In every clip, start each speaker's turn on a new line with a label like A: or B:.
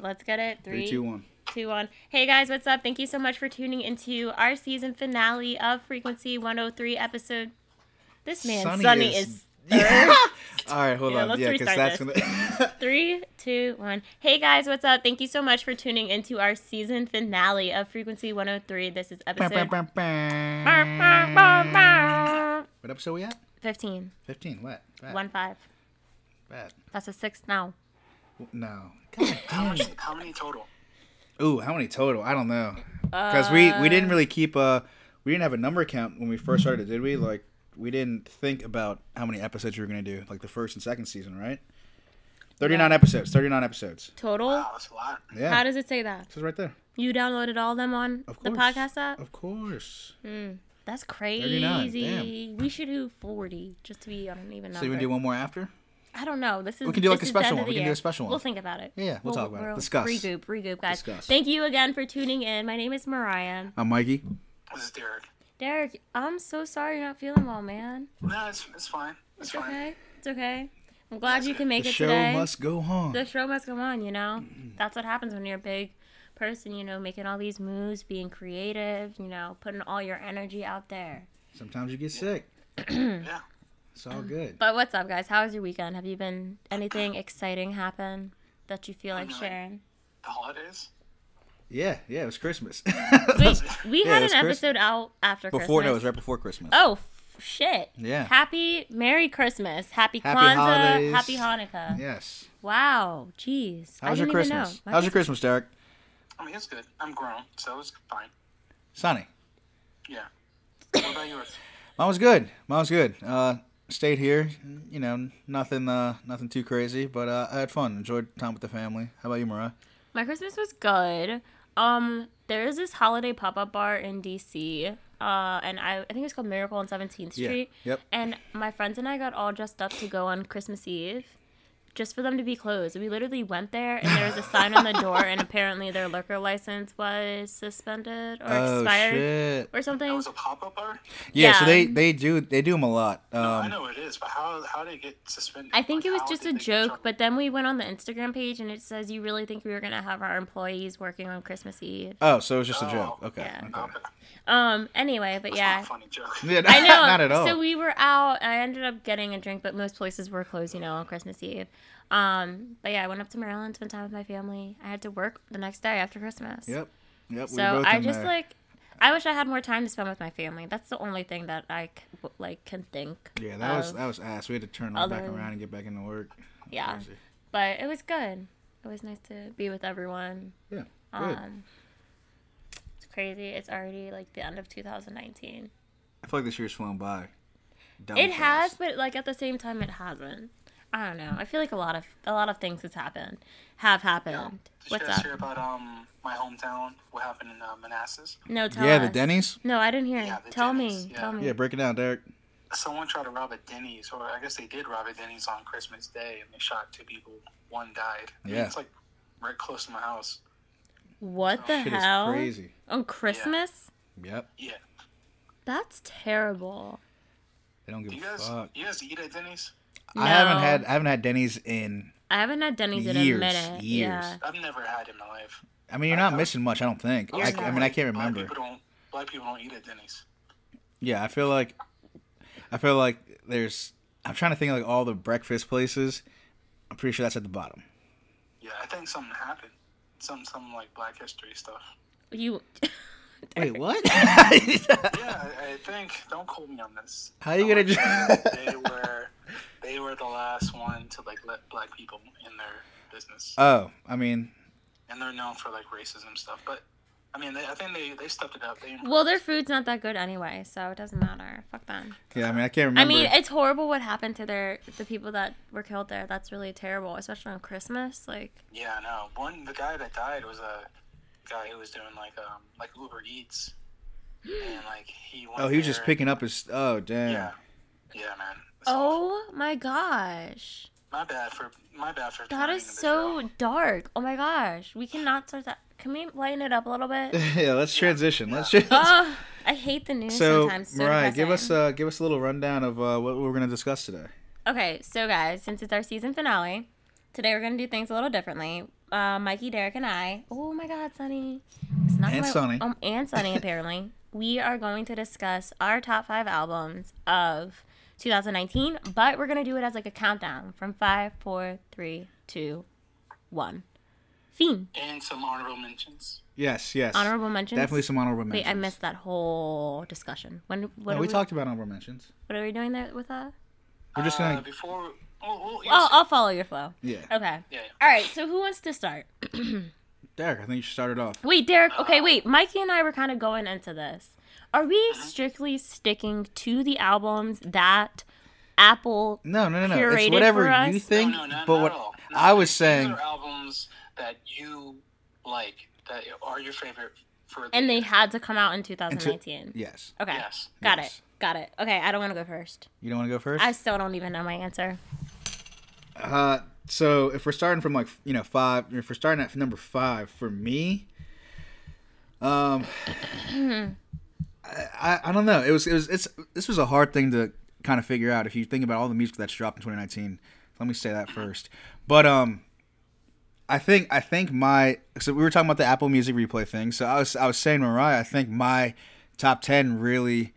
A: let's get it.
B: Three, two, one.
A: two, one. Hey guys, what's up? Thank you so much for tuning into our season finale of Frequency 103 episode. This man, Sunny, is,
B: All right, hold
A: Yeah,
B: on.
A: let's
B: Yeah, because
A: restart
B: that's
A: this.
B: gonna.
A: three, two, one. Hey guys, what's up? Thank you so much for tuning into our season finale of Frequency 103. This is episode
B: what episode we at?
A: 15.
B: Fifteen. What? Bad.
A: One five.
B: Bad.
A: That's a six now.
B: No. God damn it.
C: How many total?
B: Ooh, how many total? I don't know. Because we we didn't really keep a we didn't have a number count when we first started, did we? Like we didn't think about how many episodes we were gonna do, like the first and second season, right? Thirty nine episodes. Thirty nine episodes.
A: Total?
C: Wow, that's a lot.
B: Yeah.
A: How does it say that?
B: this is right there.
A: You downloaded all them on
B: Of
A: the
B: course.
A: podcast app?
B: Of course.
A: That's
B: 39,
A: crazy. We should do 40 just to be on an even number.
B: So you gonna do one more after?
A: I don't know. This is
B: We can do, like,
A: this
B: a
A: is the
B: special
A: end
B: one.
A: of the
B: We can do
A: year.
B: a special one.
A: We'll think about it.
B: Yeah, yeah, we'll talk about it. Discuss.
A: Regroup, regroup, guys.
B: Discuss.
A: Thank you again for tuning in. My name is Mariah.
B: I'm Mikey.
C: This is Derek.
A: Derek, I'm so sorry you're not feeling well, man.
C: No, it's, it's fine. It's,
A: It's
C: fine.
A: okay. It's okay. I'm glad you can make
B: The
A: it
B: show
A: today.
B: must go on.
A: the show must go on. You know, that's what happens when you're a big person. You know, making all these moves, being creative. You know, putting all your energy out there.
B: Sometimes you get sick.
A: Hmm.
C: Yeah.
B: It's all good.
A: Mm. But what's up, guys? How was your weekend? Have you been anything exciting happen that you feel like
C: no.
A: sharing?
C: The holidays.
B: Yeah, yeah, it was Christmas.
A: Wait, we
B: Yeah,
A: had
B: it's
A: an
B: Christ-
A: episode out after
B: before
A: Christmas.
B: no, it was right before Christmas.
A: Oh f- shit!
B: Yeah.
A: Happy Merry Christmas. Happy
B: Happy
A: Kwanzaa.
B: holidays.
A: Happy Hanukkah.
B: Yes.
A: Wow. Jeez.
B: How
A: I
B: was your
A: didn't even know.
B: Christmas?
A: My
B: How's your Christmas, Derek?
C: I mean, it's good. I'm grown, so it's fine.
B: Sunny.
C: Yeah. What about yours?
B: Mine was good. Mine was good. Uh, stayed here. You know, nothing, uh, nothing too crazy, but uh, I had fun. Enjoyed time with the family. How about you, Mariah?
A: My Christmas was good. Um, there is this holiday pop up bar in DC. Uh, and I, I think it's called Miracle on 17th
B: Yeah.
A: Street.
B: Yep.
A: And my friends and I got all dressed up to go on Christmas Eve just for them to be closed. We literally went there and there was a sign on the door, and apparently their liquor license was suspended or expired
B: Oh, shit.
A: or
C: That
A: something.
C: was a pop-up bar?
B: Yeah,
A: Yeah.
B: So they they do they do them a lot.
C: I
B: Um,
C: know it is, but how how did it get suspended?
A: I think
C: Like,
A: it was
C: how
A: just
C: did
A: a
C: they get
A: joke,
C: trouble?
A: but then we went on the Instagram page and it says, You really think we were going to have our employees working on Christmas Eve?
B: oh, so it was just a
C: Oh,
B: joke. Okay.
A: yeah.
B: okay.
C: Okay.
A: Um, anyway, but
C: It's
A: yeah.
C: not a funny joke.
B: Yeah,
A: I know.
B: not at all.
A: So we were out. I ended up getting a drink, but most places were closed, you know, on Christmas Eve. Um, but yeah, I went up to Maryland, spent time with my family. I had to work the next day after Christmas.
B: yep. Yep. we were
A: So
B: both
A: I
B: in
A: just
B: there.
A: like, I wish I had more time to spend with my family. That's the only thing that I c- like can think.
B: Yeah, that was
A: of.
B: that was ass. We had to turn right back
A: other-
B: around and get back into work.
A: yeah.
B: Crazy.
A: But it was good. It was nice to be with everyone.
B: Yeah. Good.
A: Um, it's crazy. It's already like the end of 2019.
B: I feel like this year's flown by. Dumb
A: It has,
B: fast.
A: but like at the same time, it hasn't. I don't know. I feel like a lot of a lot of things has happened, have happened.
C: Did
A: What's
C: you guys
A: up?
C: hear about um my hometown? What happened in uh, Manassas?
A: No, tell
B: yeah,
A: us.
B: the Denny's.
A: No, I didn't hear.
C: Yeah,
A: it.
C: the
A: tell
C: Denny's,
A: me.
C: yeah.
A: Tell me.
B: Yeah, break it down, Derek.
C: Someone tried to rob a Denny's, or I guess they did rob a Denny's on Christmas Day, and they shot two people. One died. I mean,
B: Yeah.
C: It's like right close to my house.
A: What the
B: oh, Shit is
A: hell?
B: crazy.
A: On Christmas?
B: Yep.
C: Yeah.
A: That's terrible.
B: They don't give
C: Do you
B: a
C: guys
B: fuck.
C: you guys eat at Denny's?
B: I haven't
A: No.
B: had I haven't had Denny's in.
A: I haven't had Denny's in a
B: Years,
A: minute.
B: years.
A: Yeah.
C: I've never had in my life.
B: I mean, you're not missing much. I don't think. I, I mean, I can't
C: Black
B: remember.
C: people don't black people don't eat at Denny's.
B: Yeah, I feel like, I feel like there's. I'm trying to think of like all the breakfast places. I'm pretty sure that's at the bottom.
C: Yeah, I think something happened. Some some like Black History stuff.
A: You.
B: Wait, what?
C: Yeah, I, I think. Don't quote me on this.
B: How you gonna?
C: Someone
B: Ju-
C: said they were they were the last one to like let black people in their business,
B: oh, I mean,
C: and they're known for like racism stuff. But I mean, they, I think they they stepped it up. They
A: Well, their food's not that good anyway, so it doesn't matter. Fuck them.
B: yeah, I mean, I can't remember.
A: I mean, it's horrible what happened to their the people that were killed there. That's really terrible, especially on Christmas. Like,
C: yeah, no. One the guy that died was a guy who was doing like um like Uber Eats, and like he went
B: oh, he was just
C: there-
B: picking up his. Oh, damn.
C: Yeah, yeah, man. It's awful.
A: oh my gosh.
C: My bad for my bad for.
A: That
C: ruining
A: is
C: the
A: so
C: show.
A: dark. Oh my gosh. We cannot start that. Can we lighten it up a little bit?
B: yeah, let's transition. Let's transition.
A: Ugh, I hate the news
B: so,
A: sometimes. It's So
B: Mariah, give us
A: depressing.
B: uh, give us a little rundown of uh, what we're gonna discuss today.
A: Okay, so guys, since it's our season finale, today we're going to do things a little differently. uh, Mikey, Derek, and I. Oh my God, Sunny! It's not
B: And
A: my-
B: Sunny.
A: Um, and Sunny apparently. we are going to discuss our top five albums of 2019, but we're gonna do it as like a countdown from five, four, three, two, one. Fiend.
C: and some honorable mentions.
B: Yes, yes.
A: Honorable mentions.
B: Definitely some honorable mentions.
A: Wait, I missed that whole discussion. When what
B: No,
A: are
B: we
A: we,
B: talked about honorable mentions.
A: What are we doing there with that?
B: We're just
C: uh,
B: gonna.
C: before. Oh, well, you
A: Oh,
C: said-
A: I'll follow your flow.
B: Yeah.
A: Okay.
C: yeah.
A: All right. So who wants to start?
B: Derek, I think you should start it off.
A: Wait, Derek. Okay, wait. Mikey and I were kind of going into this. Are we
B: Uh-huh.
A: strictly sticking to the albums that Apple?
B: No, no, no, no.
A: Curated
B: It's whatever
A: for us?
B: you think.
C: no, no, not,
B: but
C: not
B: what
C: at all. No,
B: I was
C: these
B: saying,
C: are albums that you like that are your favorite for. the
A: And they
C: year.
A: had to come out in 2019.
B: yes.
A: Okay.
C: Yes.
A: Got
B: Yes.
A: it. Got it. Okay. I don't want to go first.
B: You don't want to go first.
A: I still don't even know my answer.
B: Uh, so if we're starting from like you know five, if we're starting at number five for me, um, I, I I don't know. It was it was it's this was a hard thing to kind of figure out if you think about all the music that's dropped in 2019. Let me say that first. But um, I think I think my so we were talking about the Apple Music replay thing. So I was I was saying Mariah. I think my top ten really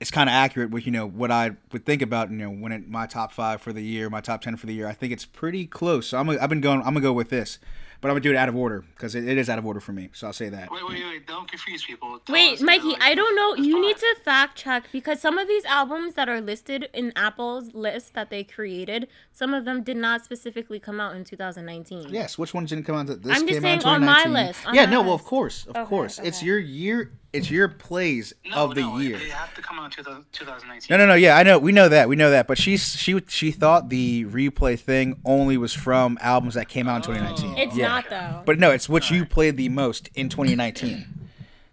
B: it's kind of accurate with you know what I would think about you know when it, my top five for the year, my top ten for the year. I think it's pretty close. So I'm gonna- I've been going. I'm gonna go with this, but I'm gonna do it out of order because it, it is out of order for me. So I'll say that.
C: Wait, wait, wait! Don't confuse people.
B: Oh,
C: Tell us
A: Wait,
C: now,
A: Mikey,
C: like,
A: I don't know.
C: it's
A: You
C: fine.
A: need to fact check because some of these albums that are listed in Apple's list that they created, some of them did not specifically come out in 2019.
B: Yes, which one didn't come out? This
A: I'm just
B: came out in
A: saying on my
B: 2019.
A: list, on
B: yeah,
A: my
B: no, well of
A: list.
B: course, of
A: Okay,
B: course, it's
A: okay.
B: your year. It's your plays
C: No,
B: of the
C: no,
B: year.
C: They have to come out in 2000- 2019.
B: No, no, no. Yeah, I know. We know that. We know that. But she's she she thought the replay thing only was from albums that came out in 2019.
A: It's
B: Yeah.
A: not, though.
B: But no, it's what you played the most in 2019.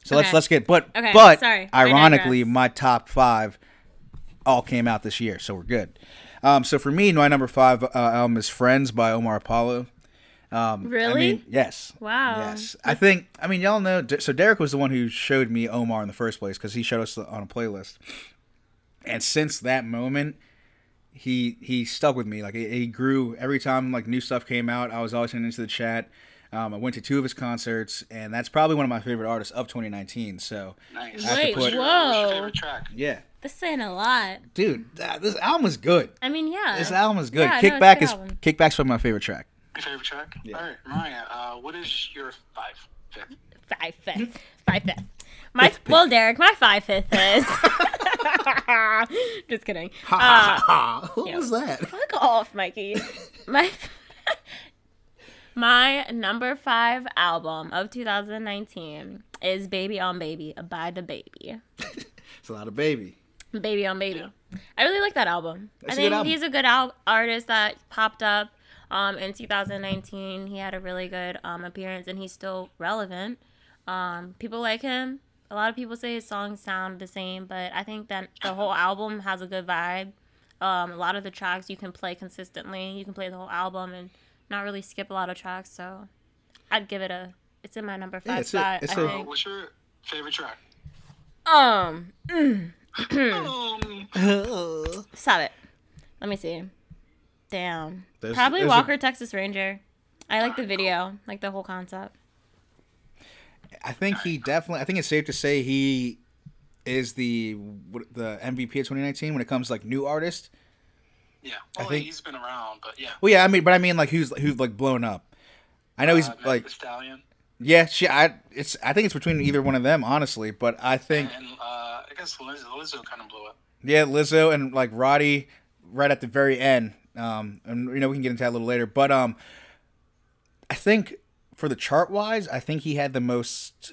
B: So let's
A: Okay.
B: let's get but
A: Okay,
B: but
A: sorry. I
B: ironically,
A: digress.
B: my top five all came out this year, so we're good. Um, so for me, my number five uh, album is "Friends" by Omar Apollo. I
A: really?
B: mean, yes.
A: Wow.
B: Yes, I think I mean y'all know. So Derek was the one who showed me Omar in the first place because he showed us on a playlist, and since that moment, he he stuck with me. Like he, he grew every time like new stuff came out. I was always tuning into the chat. Um, I went to two of his concerts, and that's probably one of my favorite artists of 2019. So
C: Nice.
B: I have to Wait, put-
C: What's your- what's your
A: whoa.
C: favorite track?
B: yeah,
A: this ain't a lot.
B: dude, that, this album is good.
A: I mean, yeah.
B: This album is good.
A: Yeah, I know, it's a
B: Kickback
A: good
B: is
A: album.
B: Kickback's probably my favorite track.
C: Your favorite track? All right, Mariah. Uh, what is your five? Fifth?
A: five fifth. Five fifth. My well, Derek, my five fifth is. Just kidding. Uh,
B: what was that?
A: fuck off, Mikey. My my number five album of 2019 is "Baby on Baby" by the Baby.
B: It's a lot of baby.
A: Baby on Baby. I really like that album.
B: It's
A: I
B: a
A: think
B: good album.
A: he's a good al- artist that popped up um, in 2019. He had a really good um, appearance and he's still relevant. Um, people like him. A lot of people say his songs sound the same, but I think that the whole album has a good vibe. Um, a lot of the tracks you can play consistently. You can play the whole album and not really skip a lot of tracks. So I'd give it a. It's in my number five
B: it's a-
A: spot.
B: it's
A: I
B: a-
C: Uh,
A: think.
C: what's your favorite track?
A: Um,
C: Um,
A: Stop it. Let me see. Damn.
B: There's-
A: Probably
B: there's a-
A: Walker Texas Ranger. I like the video, like the whole concept.
B: I think he definitely. I think it's safe to say he is the what- the MVP of 2019 when it comes to, like new artists.
C: yeah. Well,
B: think-
C: he's been around, but yeah.
B: Well, yeah, I mean, but I mean, like who's who's like blown up. I know he's
C: Uh, Meg
B: like
C: Thee Stallion.
B: yeah, she. I it's I think it's between either one of them, honestly. But I think
C: And uh, I guess Lizzo, Lizzo kind of blew up.
B: yeah, Lizzo and like Roddy right at the very end. Um, and you know we can get into that a little later, but um, I think for the chart wise, I think he had the most.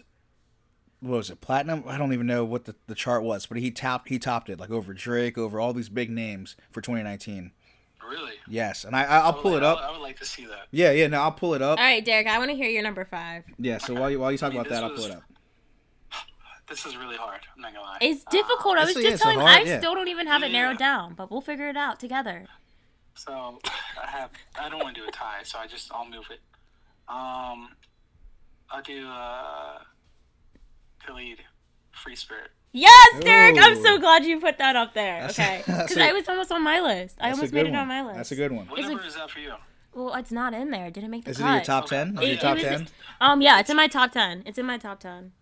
B: What was it? Platinum? I don't even know what the, the chart was, but he topped he topped it like over Drake, over all these big names for 2019.
C: Really?
B: Yes, and I I- I'll pull
C: Like,
B: it
C: I
B: up.
C: would, I would like to see that.
B: Yeah, yeah. No, I'll pull it up.
A: All right, Derek, I want to hear your number five.
B: Yeah. So while you while you talk
C: mean,
B: about that,
C: this
B: I'll pull
C: was-
B: it up.
C: This is really hard. I'm not gonna lie.
A: It's difficult. I was
B: it's-
A: just
B: it's a
A: telling
B: hard-
A: I
B: yeah.
A: still don't even have it
C: Yeah.
A: narrowed down, but we'll figure it out together.
C: So I have. I don't want to do a tie, so I just I'll move it. Um, I'll do uh, Khalid, Free Spirit.
A: Yes, Derek, I'm so
B: Ooh.
A: glad you put that up there.
B: That's-
A: okay.
B: that's
A: Because
B: a-
A: I was almost on my list. I
B: That's a
A: almost
B: good
A: made it
B: one.
A: on my list.
B: That's a good one.
C: What
A: It's
C: number
A: a-
C: is that for you?
A: Well, it's not in there. It didn't make the
B: Is it
A: cut.
B: in your top ten?
A: It-
B: Your
A: it
B: top
A: was-
B: ten?
A: Um, yeah, it's in my top ten. It's in my top ten.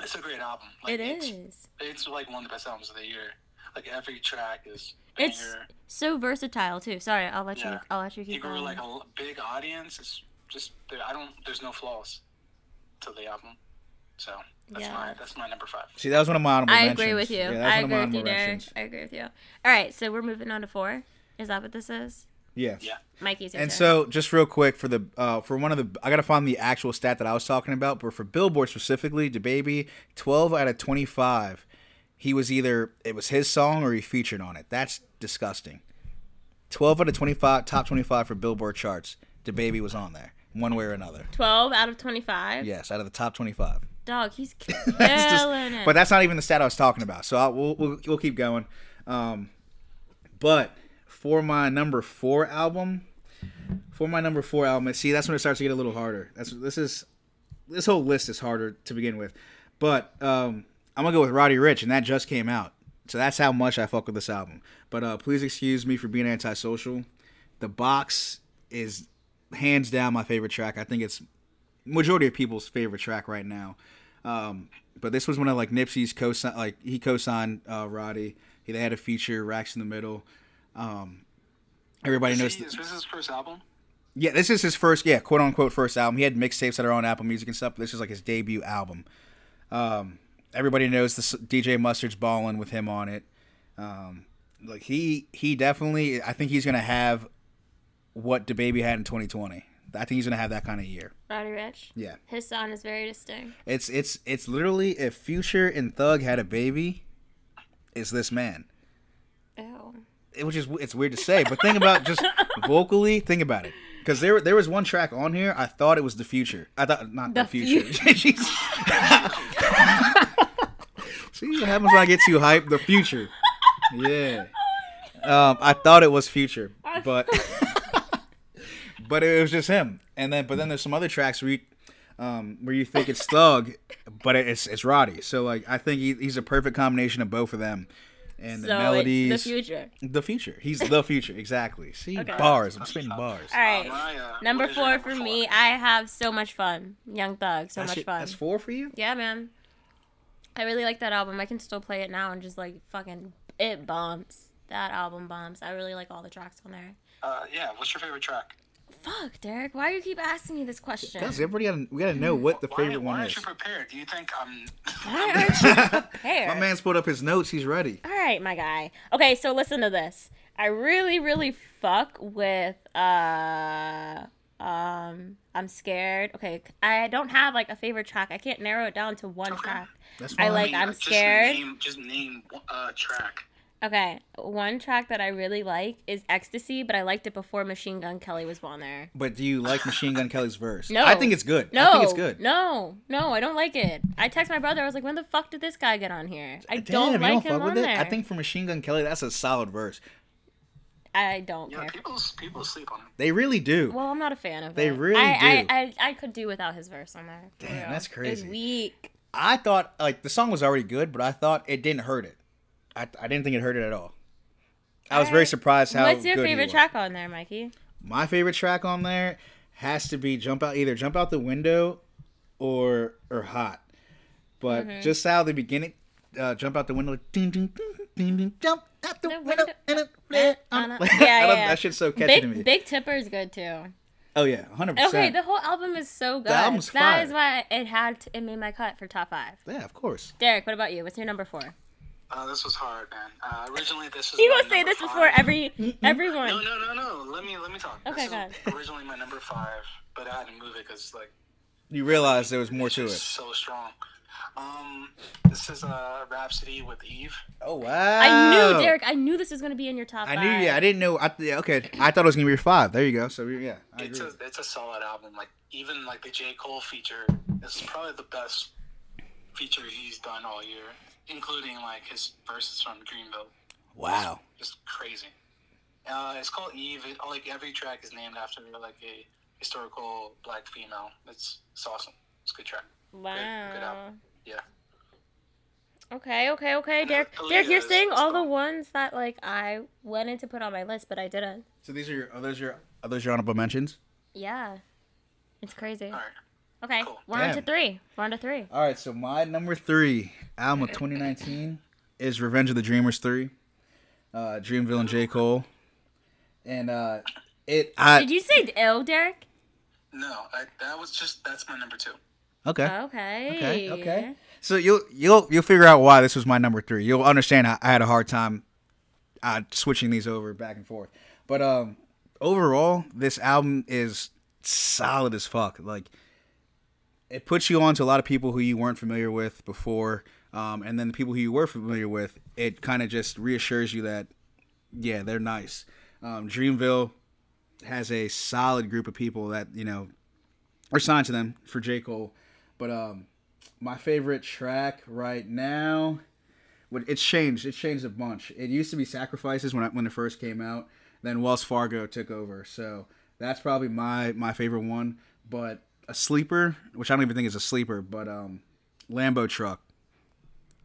C: It's a great album. Like,
A: It
C: it's,
A: is.
C: It's like one of the best albums of the year. Like every track is.
A: It's
C: banger.
A: so versatile too. Sorry, I'll let you.
C: Yeah.
A: I'll let you
C: He
A: keep
C: grew
A: going.
C: like a l- big audience. It's just there- I don't. There's no flaws to the album, so that's
A: Yeah.
C: my that's my number five.
B: See, that was one of my honorable
A: I
B: mentions.
A: agree with you.
B: Yeah, that was
A: I
B: one of
A: agree
B: my
A: with you,
B: honorable
A: Derek.
B: mentions.
A: I agree with you. All right, so we're moving on to four. Is that what this is?
B: Yeah.
C: Yeah.
A: Mikey's your
B: And
A: turn.
B: so, just real quick for the uh, for one of the, I gotta find the actual stat that I was talking about, but for Billboard specifically, DaBaby, twelve out of twenty five, he was either it was his song or he featured on it. That's disgusting. Twelve out of twenty five, top twenty five for Billboard charts, DaBaby was on there one way or another.
A: twelve out of twenty-five.
B: Yes, out of the top twenty five.
A: Dog, he's killing
B: That's just-
A: it.
B: But that's not even the stat I was talking about. So I, we'll, we'll we'll keep going. Um, but for my number four album, for my number four album, see that's when it starts to get a little harder. That's this is this whole list is harder to begin with. But um, I'm gonna go with Roddy Rich, and that just came out. So that's how much I fuck with this album. But uh, please excuse me for being antisocial. The box is hands down my favorite track. I think it's majority of people's favorite track right now. Um, but this was one of like Nipsey's co like he co-signed uh, Roddy. He, they had a feature Racks in the Middle. Um, everybody knows.
C: See,
B: th-
C: is this his first album?
B: yeah, this is his first, yeah, quote unquote first album. He had mixtapes that are on Apple Music and stuff. But this is like his debut album. Um, everybody knows the s- DJ Mustard's balling with him on it. Um, like he he definitely, I think he's gonna have what the baby had in 2020. I think he's gonna have that kind of year.
A: Roddy Rich.
B: Yeah,
A: His sound is very distinct.
B: it's it's it's literally if Future and Thug had a baby, is this man?
A: Ew.
B: it, which is it's weird to say, but think about just vocally. Think about it, because there there was one track on here. I thought it was the future. I thought not the,
A: The
B: future. Jesus. See what happens when I get too hyped. The future. Yeah. Um, I thought it was future, but but it was just him. And then but then there's some other tracks where you um, where you think it's Thug, but it's it's Roddy. So like I think he, he's a perfect combination of both of them. And
A: So
B: the melodies. Mm.
A: it's the future.
B: The future. He's the future. Exactly. See
A: Okay.
B: bars. I'm spitting bars.
A: All
C: Uh,
A: right.
C: Mariah,
A: number
C: what is your
A: four for me. uh, I have so much fun. Young Thug, so
B: That's
A: much
B: your-
A: fun.
B: That's four for you.
A: Yeah, man. I really like that album. I can still play it now and just like fucking it bumps. That album bumps. I really like all the tracks on there.
C: Uh, yeah. What's your favorite track?
A: Fuck, Derek. Why do you keep asking me this question?
B: Guys, everybody gotta, we gotta know what the
C: Why,
B: favorite
C: why
B: one
C: aren't
B: is.
C: you prepared? Do you think I'm?
A: Why aren't you prepared?
B: My man's put up his notes. He's ready.
A: All right, my guy. Okay, so listen to this. I really, really fuck with. uh um I'm scared. Okay, I don't have like a favorite track. I can't narrow it down to one
C: Okay.
A: track.
B: That's
A: I
B: fine.
A: like- I'm
C: just
A: scared.
C: Name, just name uh, track.
A: Okay, one track that I really like is Ecstasy, but I liked it before Machine Gun Kelly was on there.
B: But do you like Machine Gun Kelly's verse?
A: No.
B: I think it's good.
A: No,
B: I think it's good.
A: No, no, I don't like it. I text my brother. I was like, "When the fuck did this guy get on here? I don't
B: Damn, you
A: like
B: don't
A: him
B: fuck
A: on
B: with it.
A: there.
B: I think for Machine Gun Kelly, that's a solid verse.
A: I don't
C: Yeah,
A: care.
C: people people sleep on him.
B: They really do.
A: Well, I'm not a fan of
B: They
A: it.
B: really
A: I,
B: do.
A: I, I I could do without his verse on there. for
B: Damn,
A: real.
B: that's
A: It's
B: crazy.
A: weak.
B: I thought like the song was already good, but I thought it didn't hurt it. I, I didn't think it hurt it at all. I was very
A: Alright.
B: surprised how.
A: What's your
B: good he
A: favorite
B: was.
A: track on there, Mikey?
B: my favorite track on there has to be jump out either jump out the window or or hot but
A: Mm-hmm.
B: just how the beginning uh, jump out the window ding, ding, ding, ding, ding, jump out the,
A: The
B: window,
A: window.
B: and it- bleh,
A: on
B: um,
A: a-
B: I
A: Yeah, yeah,
B: don't-
A: yeah.
B: that shit's so catchy to me
A: Big Big Tipper is good too.
B: oh yeah 100%
A: Okay, the whole album is so good. That is
B: album's fire.
A: why it had to, it made my cut for top five.
B: yeah of course
A: Derek, what about you? What's your number four?
C: Uh, this was hard, man. Uh, originally, this was.
A: You
C: my
A: gonna say
C: number
A: this
C: five.
A: before every
C: No,
A: everyone?
C: no, no, no. Let me let me talk.
A: Okay,
C: this
A: go ahead.
C: is originally my number five, but I had to move it because like
B: you realize there was more
C: it's
B: to
C: just
B: it
C: so strong. Um, this is uh, Rhapsody with Eve.
B: oh wow
A: I knew Derek. I knew this was gonna be in your top.
B: Uh, I
A: five.
B: knew yeah I didn't know I, yeah, okay I thought it was gonna be your five there you go so yeah I
C: It's
B: agree.
C: a it's a solid album. Like even like the J Cole feature is probably the best feature he's done all year, including like his verses from Dreamville.
B: wow
C: just crazy. Uh, it's called Eve. It, like every track is named after like a historical black female. It's it's awesome. It's a good track. good
A: Wow.
C: album. Yeah.
A: Okay, okay, okay, Derek.
C: uh, Aaliyah
A: Derek, you're
C: is-
A: saying
C: is
A: all the
C: gone.
A: ones that like I wanted to put on my list, but I didn't.
B: so these are your oh those are your Are those your honorable mentions?
A: Yeah. It's crazy.
C: All right.
A: Okay,
C: Cool.
A: we're on to
B: Damn.
A: three. We're on to three.
B: All right, so my number three album of 2019 is Revenge of the Dreamers 3, uh, Dream Villain J. Cole. And uh, it. I,
A: Did you say ill, Derek?
C: No, I, that was just that's my number two.
A: uh,
B: okay.
A: Okay.
B: Okay. Okay. So you'll you'll you'll figure out why this was my number three. You'll understand I, I had a hard time uh, switching these over back and forth. But um, overall, this album is solid as fuck. Like it puts you on to a lot of people who you weren't familiar with before, um, and then the people who you were familiar with, it kind of just reassures you that yeah, they're nice. Um, Dreamville has a solid group of people that you know are signed to them for J Cole, but um, my favorite track right now what- it's changed it's changed a bunch it used to be sacrifices when I, when it first came out then wells fargo took over so that's probably my my favorite one but a sleeper which i don't even think is a sleeper but um lambo truck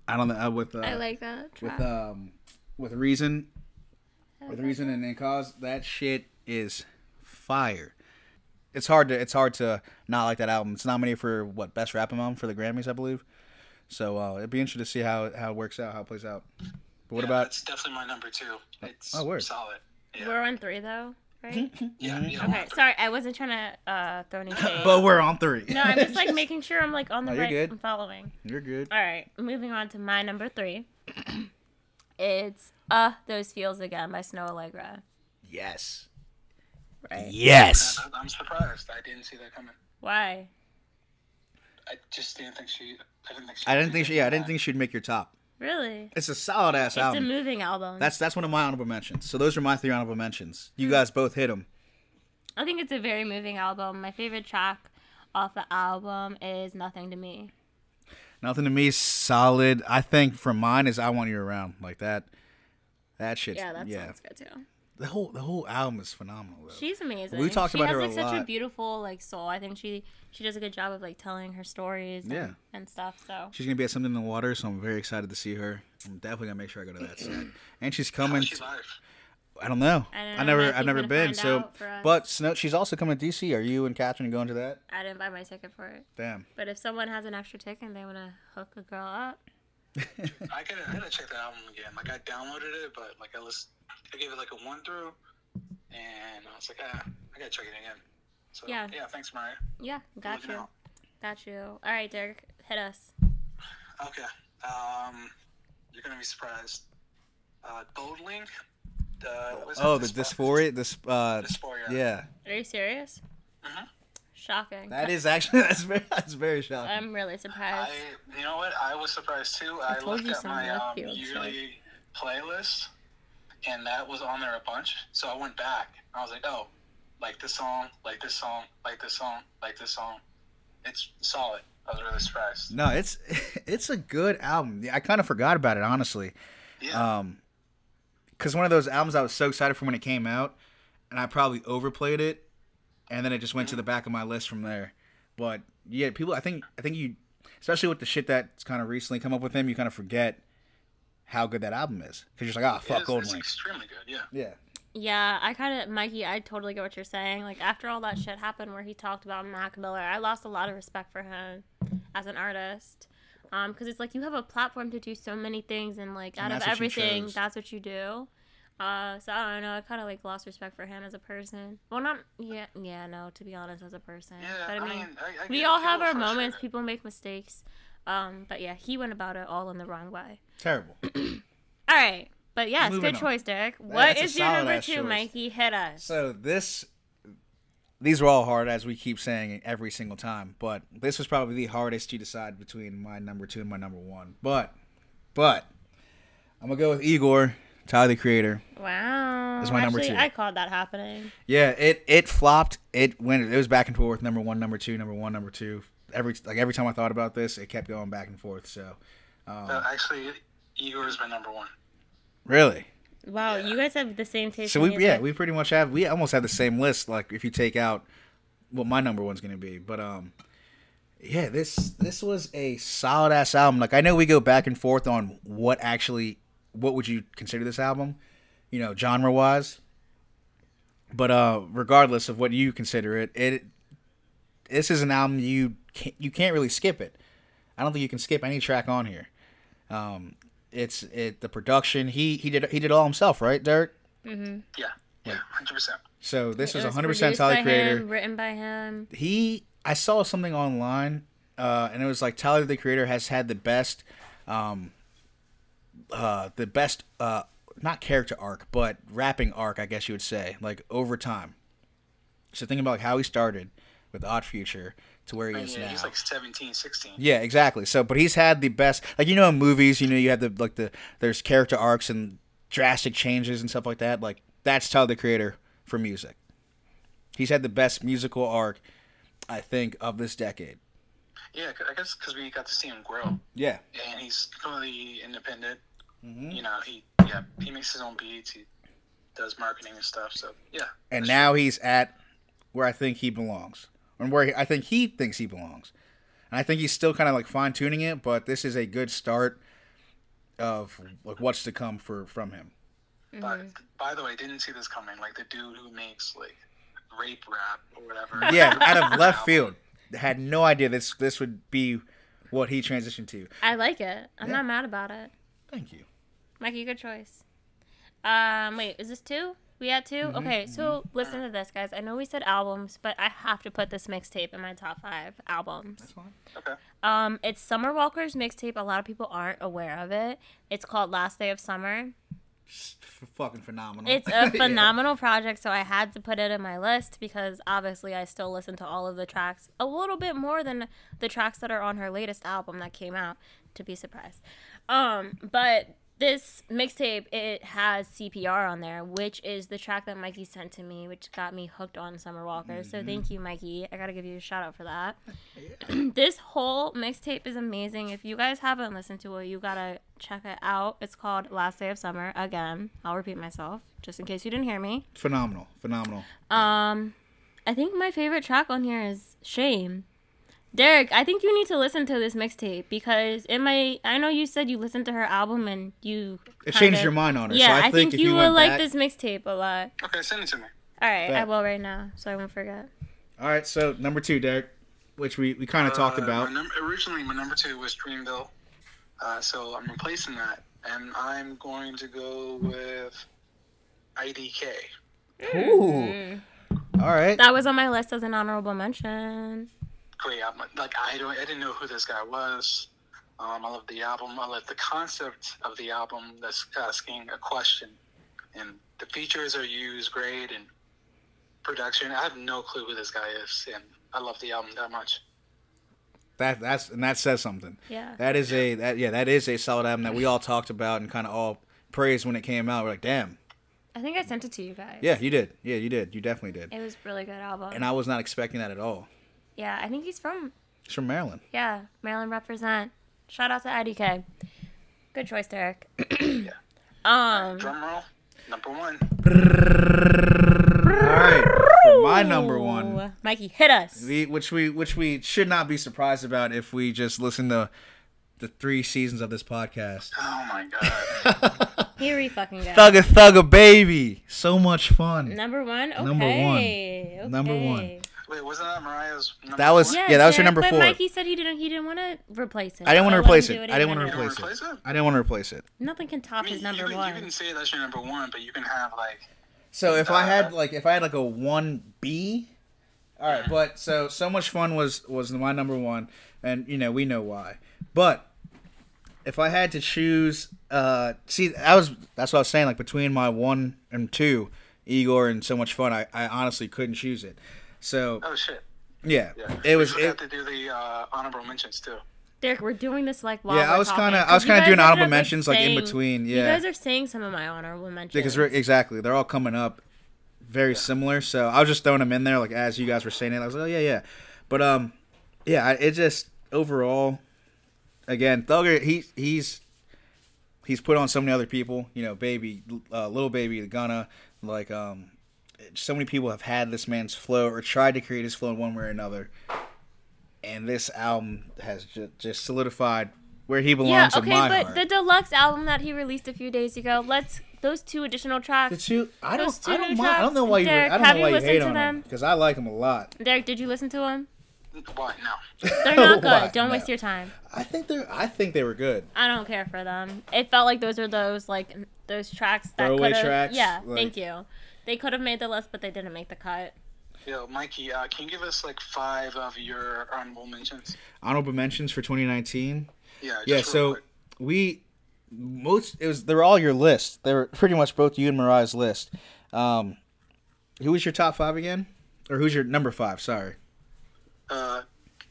B: i don't know uh, with uh,
A: I like that.
B: with um with reason with reason and then cause that shit is fire it's hard to it's hard to not like that album it's nominated for what best rap album for the grammys i believe so uh it'd be interesting to see how how it works out how it plays out but what
C: Yeah,
B: about
C: That's definitely my number two. It's
B: oh, word. Mm-hmm.
C: solid. Yeah.
A: We're on three though, right?
C: yeah, you know,
A: okay. Sorry, I wasn't trying to uh, throw any shade.
B: but we're on three
A: no, I'm just like making sure I'm like on the
B: No, you're
A: right.
B: good.
A: I'm following.
B: you're good
A: All right, moving on to my number three. it's uh those feels again by Snow Allegra.
B: yes
A: Right.
B: yes
C: I- I'm surprised. I didn't see that coming.
A: Why?
C: I just didn't think she. I didn't think she.
B: i didn't think she yeah i didn't think she'd make your top
A: Really?
B: it's a solid ass
A: It's a
B: album
A: moving album.
B: Um, that's that's one of my honorable mentions so those are my three honorable mentions
A: Hmm.
B: you guys both hit them
A: I think it's a very moving album. My favorite track off the album is Nothing to Me.
B: Nothing to me is solid. I think from mine is I want you around like that. That shit.
A: Yeah, that
B: Yeah,
A: sounds good too.
B: The whole the whole album is phenomenal. Though.
A: She's amazing.
B: We talked
A: she
B: about
A: has
B: her a
A: like such a
B: lot.
A: beautiful like soul. I think she she does a good job of like telling her stories and,
B: Yeah.
A: and stuff. So
B: She's gonna be at something in the water, so I'm very excited to see her. I'm definitely gonna make sure I go to that set. And she's coming.
C: She's live.
B: I don't know.
A: I don't
B: I
A: know.
B: never.
A: Matthew's
B: I've never
A: gonna
B: been.
A: find
B: So,
A: out for us.
B: but Snow. She's also coming to DC. Are you and Catherine going to that?
A: I didn't buy my ticket for it.
B: Damn.
A: But if someone has an extra ticket and they want to hook a girl up,
C: I gotta, I gotta check that album again. Like I downloaded it, but like I listened, I gave it like a one through, and I was like, ah, I gotta check it again. So
A: Yeah.
C: yeah, thanks, Mariah.
A: yeah, got
C: Looking
A: you,
C: out.
A: got you. All right, Derek, hit us.
C: Okay, um, you're gonna be surprised. Uh, Boldling. The, what is it?
B: Oh, the
C: Dyspho-
B: dysphoria. This. Uh,
C: Dysphoria.
B: yeah.
A: Are you serious? Uh-huh.
C: Mhm.
A: Shocking.
B: That is actually that's very that's very shocking.
A: I'm really surprised.
C: I, you know what? I was surprised too. I,
A: told
C: looked
A: you
C: at
A: some
C: my
A: left
C: um,
A: field
C: yearly playlist, and that was on there a bunch. So I went back. I was like, oh, like this song, like this song, like this song, like this song. It's solid. I was really surprised.
B: no, it's it's a good album. Yeah, I kind of forgot about it honestly.
C: Yeah.
B: um because one of those albums i was so excited for when it came out and i probably overplayed it and then it just went to the back of my list from there but yeah people i think i think you especially with the shit that's kind of recently come up with him you kind of forget how good that album is because you're just like oh
C: It
B: fuck
C: is-
B: gold
C: it's
B: link
C: extremely good. Yeah.
B: yeah
A: Yeah, I kind of, Mikey, I totally get what you're saying. Like, after all that shit happened where he talked about Mac Miller, I lost a lot of respect for him as an artist. Um, 'cause because it's like you have a platform to do so many things, and like out
B: And
A: of
B: that's what you
A: everything,
B: chose.
A: that's what you do. Uh, so I don't know. I kind of like lost respect for him as a person. Well, not yeah, yeah, no. To be honest, as a person,
C: Yeah.
A: but I mean,
C: I, I
A: we
C: get
A: all
C: people
A: have
C: are
A: our moments.
C: frustrated.
A: People make mistakes. Um, but yeah, he went about it all in the wrong way.
B: terrible
A: All right, but yes,
B: Moving
A: good
B: on.
A: choice, Derek. What
B: that's a
A: is your number
B: solid-ass
A: two,
B: choice.
A: Mikey? Hit us.
B: so this these were all hard as we keep saying every single time but this was probably the hardest to decide between my number two and my number one but but i'm gonna go with igor tyler the creator
A: Wow.
B: That's my number
A: Actually,
B: two.
A: I called that happening.
B: Yeah, it it flopped. It went. It was back and forth. Number one, number two, number one, number two. Every like every time I thought about this, it kept going back and forth. So
C: Uh, actually, Igor is my number one.
B: really,
A: Wow, you guys have the same taste.
B: so
A: in
B: we
A: music.
B: yeah we pretty much have we almost have the same list. Like if you take out what my number one's gonna be, but um, yeah this this was a solid ass album. Like I know we go back and forth on what actually what would you consider this album, you know, genre wise, But uh, regardless of what you consider it, it this is an album you can't, you can't really skip it. I don't think you can skip any track on here. Um, it's it the production he he did he did all himself right Derek.
C: Yeah, yeah, hundred percent.
B: So this
A: It
B: is
A: was
B: 100 percent
A: produced by
B: Tyler
A: him,
B: Creator.
A: written by him.
B: he I saw something online, uh, and it was like Tyler the Creator has had the best, um, uh, the best uh, not character arc, but rapping arc, I guess you would say, like over time. So think about like, how he started with Odd Future to
A: Oh,
B: where he is
C: Yeah,
B: now.
C: he's like 17, 16.
B: Yeah, exactly. So, but he's had the best, like you know, in movies, you know, you have the like the there's character arcs and drastic changes and stuff like that. Like that's Tyler the Creator for music. He's had the best musical arc, I think, of this decade.
C: Yeah, I guess because we got to see him grow,
B: Yeah,
C: and he's completely independent.
B: Mm-hmm.
C: You know, he yeah he makes his own beats, he does marketing and stuff. So yeah,
B: and now he's at where I think he belongs, and where he, I think he thinks he belongs. And I think he's still kind of like fine tuning it, but this is a good start of like what's to come for from him.
C: But by the way, didn't see this coming. Like the dude who makes like rape rap or whatever.
B: yeah, out of left field. Had no idea this this would be what he transitioned to.
A: I like it. I'm not mad about it.
B: Thank you.
A: Mikey, good choice. Um, wait, is this two? We at 2
B: Mm-hmm.
A: Okay, so listen to this, guys. I know we said albums, but I have to put this mixtape in my top five albums.
C: Okay.
A: Um, it's Summer Walker's mixtape. A lot of people aren't aware of it. It's called Last Day of Summer.
B: F- fucking phenomenal.
A: It's a phenomenal project, so I had to put it in my list because obviously I still listen to all of the tracks a little bit more than the tracks that are on her latest album that came out. To be surprised, um, but this mixtape it has CPR on there, which is the track that Mikey sent to me, which got me hooked on Summer Walker. So thank you, Mikey. I gotta give you a shout out for that. this whole mixtape is amazing. If you guys haven't listened to it, you gotta check it out. It's called Last Day of Summer. Again, I'll repeat myself just in case you didn't hear me.
B: phenomenal, phenomenal.
A: Um, I think my favorite track on here is Shame. Derek, I think you need to listen to this mixtape because in my, I know you said you listened to her album and you
B: It
A: kinda-
B: changed your mind on her.
A: Yeah,
B: so I,
A: I, think,
B: if
A: you,
B: you
A: will
B: went
A: like
B: back-
A: this mixtape a lot.
C: Okay, send it to me.
A: All right, I
B: Bet.
A: will right now so I won't forget.
B: All right, so number two, Derek, which we, we kind of talked
C: Uh,
B: about.
C: my num- originally, my number two was Dreamville, uh, so I'm replacing that, and I'm going to go with IDK.
B: Ooh. All right.
A: That was on my list as an honorable mention.
C: Great album. Like I don't, I didn't know who this guy was. Um, I love the album. I love the concept of the album. That's asking a question, and the features are used great and production. I have no clue who this guy is, and I love the album that much.
B: That that's and that says something.
A: Yeah.
B: That is a that yeah that is a solid album that we all talked about and kind of all praised when it came out. We're like, damn.
A: I think I sent it to you guys.
B: Yeah, you did. Yeah, you did. You definitely did.
A: It was really good album.
B: And I was not expecting that at all.
A: yeah, I think he's from
B: It's from Maryland.
A: yeah, Maryland represent. Shout out to IDK. Good choice, Derek. um
C: Drum roll, number one.
B: All right, for my number one.
A: ooh, Mikey, hit us.
B: We, which we which we should not be surprised about if we just listen to the three seasons of this podcast.
C: Oh my god.
A: Here we fucking go.
B: Thugga thugga baby, so much fun.
A: Number one? Okay.
B: Number one. Number one.
A: okay.
C: Wait, wasn't that Mariah's? Number
B: That was-
C: One?
B: Yeah, that was your
A: Derek,
B: number
A: but
B: four.
A: Mikey said he didn't he didn't want to replace it.
B: I didn't want to
A: so let
B: replace
A: him do
B: it. I didn't
A: in
B: want to
A: my
B: replace
A: round.
B: it.
C: replace it?
B: I didn't want to replace it.
A: Nothing can top
C: I mean,
A: his number
C: you can,
A: one.
C: You can say that's your number one, but you can have like
B: So if I had like if I had like a one B, all right. But so so much fun was was my number one, and you know we know why. But if I had to choose, uh, see that was that's what I was saying. Like between my one and two, Igor and so much fun, I, I honestly couldn't choose it. So
C: oh shit.
B: yeah,
C: Yeah.
B: it was.
C: We forgot
B: It,
C: to do the uh, honorable mentions too.
A: Derek, we're doing this like while
B: yeah, I
A: we're
B: was
A: talking,
B: kind of I
A: 'cause
B: was
A: you
B: kind of
A: guys
B: doing
A: ended
B: honorable
A: up, like,
B: mentions like in
A: saying-
B: between. Yeah,
A: You guys are saying some of my honorable mentions.
B: because we're exactly they're all coming up very similar so i was just throwing them in there like as you guys were saying it i was like oh yeah yeah but um yeah I- it just overall again thugger he he's he's put on so many other people you know baby uh, little baby the gunna like um so many people have had this man's flow or tried to create his flow in one way or another and this album has just, just solidified where he
A: yeah,
B: belongs
A: okay,
B: in my
A: but
B: heart
A: the deluxe album that he released a few days ago, let's those two additional tracks.
B: The two, I don't,
A: Those two
B: I don't
A: new
B: mind. I don't know
A: tracks.
B: why you,
A: Derek,
B: I
A: have
B: don't know
A: you
B: why you
A: listened
B: hate
A: to
B: on them
A: them?
B: because I like them a lot.
A: Derek, did you listen to them?
C: Why? No.
A: They're not
B: Why?
A: good. Don't
B: No.
A: waste your time.
B: I think they're, I think they were good.
A: I don't care for them. It felt like those were those like n- those tracks that
B: Throwaway
A: could've-
B: tracks,
A: Yeah,
B: like-
A: thank you. They could have made the list, but they didn't make the cut.
C: Yo, Mikey, uh, can you give us like five of your honorable mentions?
B: Honorable mentions for 2019.
C: Yeah.
B: Yeah,
C: just
B: so
C: real quick.
B: we most it was they were all your list. They were pretty much both you and Mariah's list. Um, who was your top five again, or who's your number five? Sorry.
C: Uh,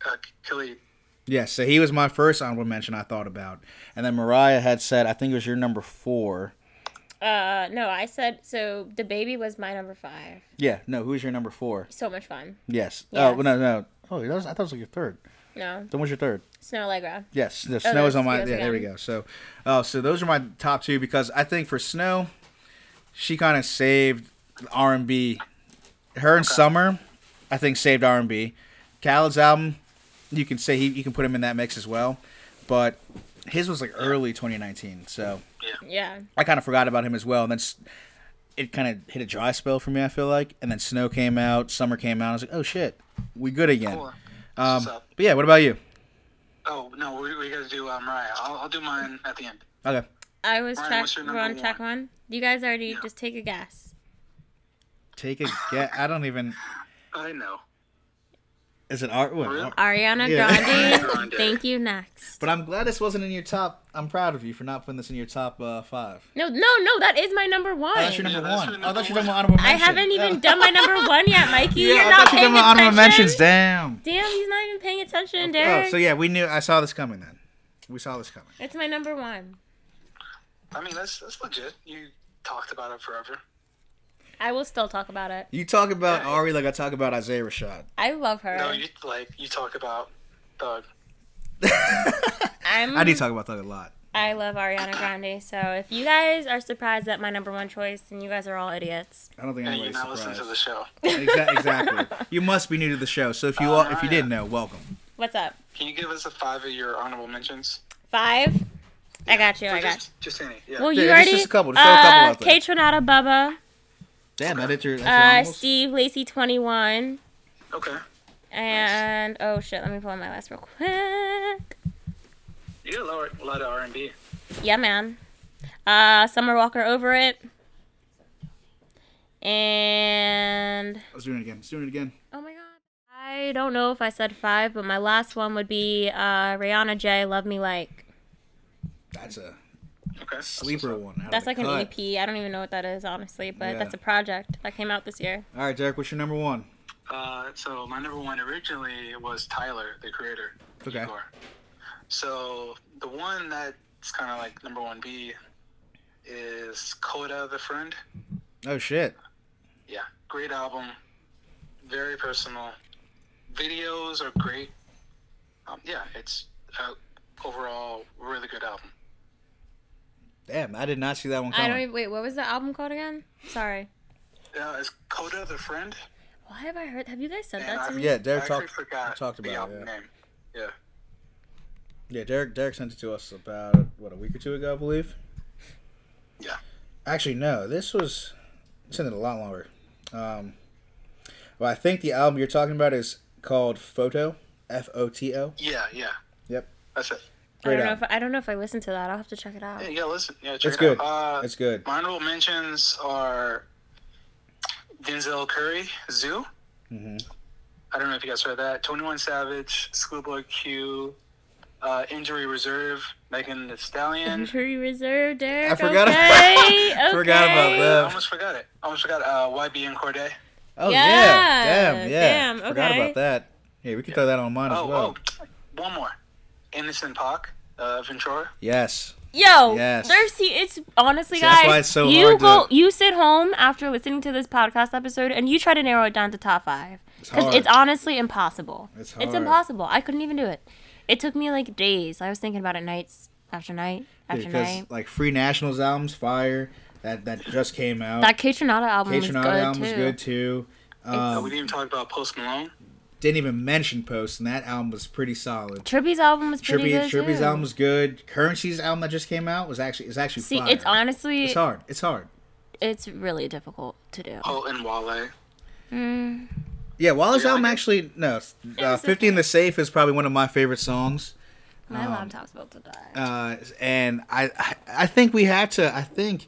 C: uh, Khalid.
B: Yes, so he was my first honorable mention I thought about, and then Mariah had said I think it was your number four.
A: Uh, no, I said so. The baby was my number five.
B: Yeah, no, who's your number four?
A: So much fun.
B: Yes. Oh
A: Yes.
B: well, no, no. Oh, that was, I thought it was like your third.
A: No,
B: Then what's your third?
A: Snow Allegra.
B: Yes, the snow is
A: that's-
B: on my.
A: that's
B: Yeah, there we
A: again.
B: go. So, uh, so those are my top two because I think for snow, she kind of saved R and B. Her and Summer, I think saved R and B. Khaled's album, you can say he, you can put him in that mix as well, but his was like early 2019, so
A: Yeah,
B: I kind of forgot about him as well. And then s- it kind of hit a dry spell for me. I feel like, and then snow came out, summer came out. I was like, oh shit, we good again.
C: Cool.
B: Um,
C: What's up?
B: but yeah, what about you?
C: Oh no, we, we gotta do uh, Mariah. I'll, I'll do mine at the end.
B: Okay.
A: I was
C: Ryan,
A: track.
C: what's your
A: We're
C: number
A: on track
C: one?
A: one. You guys already
C: Yeah.
A: just take a guess.
B: Take a get. I don't even.
C: I know.
B: Is it art? What,
C: Really?
A: Ariana
B: Yeah.
A: Grande.
C: Grande.
A: Thank you. Next.
B: But I'm glad this wasn't in your top. I'm proud of you for not putting this in your top uh, five.
A: No, no, no. That is my number one.
B: Oh, that's your number
C: Yeah, that's
B: one.
C: your
B: oh, that's
C: number
B: your number
C: one.
B: honorable
A: I
B: mention.
A: haven't even
B: Oh.
A: done my number one yet, Mikey.
B: yeah,
A: You're
B: I
A: not
B: thought you
A: paying
B: did my honorable
A: attention.
B: mentions. Damn.
A: Damn, he's not even paying attention, Derek.
B: Oh, so yeah, we knew. I saw this coming then. We saw this coming.
A: It's my number one.
C: I mean, that's that's legit. You talked about it forever.
A: I will still talk about it.
B: You talk about
C: Yeah.
B: Ari like I talk about Isaiah Rashad.
A: I love her.
C: No, you like you talk about Thug.
A: I'm,
B: I do talk about that a lot.
A: I love Ariana Grande. So if you guys are surprised at my number one choice, then you guys are all idiots.
B: I don't think
C: And you're
B: anybody's
C: not listening
B: surprised.
C: to the show. Oh,
B: Exa- exactly. You must be new to the show. So if you are, if you
C: Alright.
B: didn't know, welcome.
A: What's up?
C: Can you give us a five of your honorable mentions?
A: Five. I got you.
C: Or
A: I got. You.
C: just, just any. Yeah.
A: Well, you
B: Yeah, just-
A: already.
B: just a couple, just throw a couple
A: uh,
B: out there.
A: K Tronada Bubba.
B: Damn, I did your. that's your
A: Uh,
B: almost-
A: Steve Lacey Twenty One.
C: okay.
A: And oh shit, let me pull up my list real quick.
C: You did a lot, a lot of R and B.
A: Yeah, man. Uh, Summer Walker over it. And
B: Let's do it again. Let's do it again.
A: oh my god, I don't know if I said five, but my last one would be uh, Rihanna J. Love Me Like.
B: That's a
C: Okay.
B: sleeper one. out of
A: That's
B: the
A: like an
B: cut.
A: EP. I don't even know what that is, honestly, but
B: Yeah.
A: that's a project that came out this year.
B: All right, Derek. What's your number one?
C: Uh, so my number one originally was Tyler, the creator.
B: Okay.
C: Igor. So the one that's kind of like number one B is Coda, the friend.
B: Oh shit.
C: Yeah, great album, very personal. Videos are great. Um, yeah, it's uh, overall really good album.
B: Damn, I did not see that one
A: I
B: coming.
A: don't even wait. What was the album called again? Sorry.
C: Uh, it's Coda, the friend.
A: Why have I heard? Have you guys said
C: And
A: that
C: I-
A: to me?
B: Yeah, Derek
C: I actually
B: talked-
C: forgot
B: talked
C: the
B: about it,
C: album
B: yeah.
C: name. Yeah.
B: Yeah, Derek. Derek sent it to us about what a week or two ago, I believe.
C: Yeah.
B: Actually, no. This was he sent it a lot longer. Um, well, I think the album you're talking about is called Photo. F O T O.
C: Yeah, yeah.
B: Yep.
C: That's it.
A: I
B: Great
A: don't know
B: album.
A: if I don't know if I listened to that. I'll have to check it out.
C: Yeah, yeah listen. Yeah, check
B: It's
C: it
B: good.
C: out. Uh,
B: It's good.
C: My honorable mentions are Denzel Curry, Zoo.
B: Mm-hmm.
C: I don't know if you guys heard that. 21 Savage, Schoolboy Q, uh, Injury Reserve, Megan Thee
B: Mm-hmm.
C: Stallion.
A: Injury Reserve, Derek.
B: I forgot about-
A: okay, okay.
B: forgot about
C: I
B: that.
C: almost forgot it. I almost forgot uh, YB and Corday.
B: Oh
A: Yeah,
B: yeah. Damn. Yeah.
A: damn,
B: Forgot
A: okay.
B: about that. Yeah, we could throw that on mine
C: Oh,
B: as well.
C: oh, one more. Innocent Park, uh, Ventura.
B: Yes.
A: Yo,
B: Yes.
A: there's it's honestly,
B: See,
A: guys.
B: that's why it's so
A: you
B: hard to-
A: go, you sit home after listening to this podcast episode, and you try to narrow it down to top five because
B: hard.
A: it's honestly impossible.
B: It's hard.
A: impossible. I couldn't even do it. It took me like days. I was thinking about it nights after night after
B: Because
A: night.
B: like Free Nationals albums, Fire. That that just came out.
A: That K Tronada album
B: K
A: was good
B: Tronada album
A: too.
B: was good too.
C: Uh,
B: Um,
C: we didn't even talk about Post Malone.
B: didn't even mention Post, and that album was pretty solid.
A: Trippy's album was pretty good
B: Trippy Trippy's
A: too.
B: album was good. Currency's album that just came out was actually is actually
A: See,
B: fire.
A: it's honestly
B: It's
A: it's,
B: hard. It's hard.
A: really difficult to do.
C: Holt and Wale.
B: Yeah, Wallace
C: Yeah, I
B: album
C: get-
B: actually no. Uh,
A: was
B: Fifty in the Safe is probably one of my favorite songs,
A: My laptop's about to die.
B: uh, and I, I I think we had to I think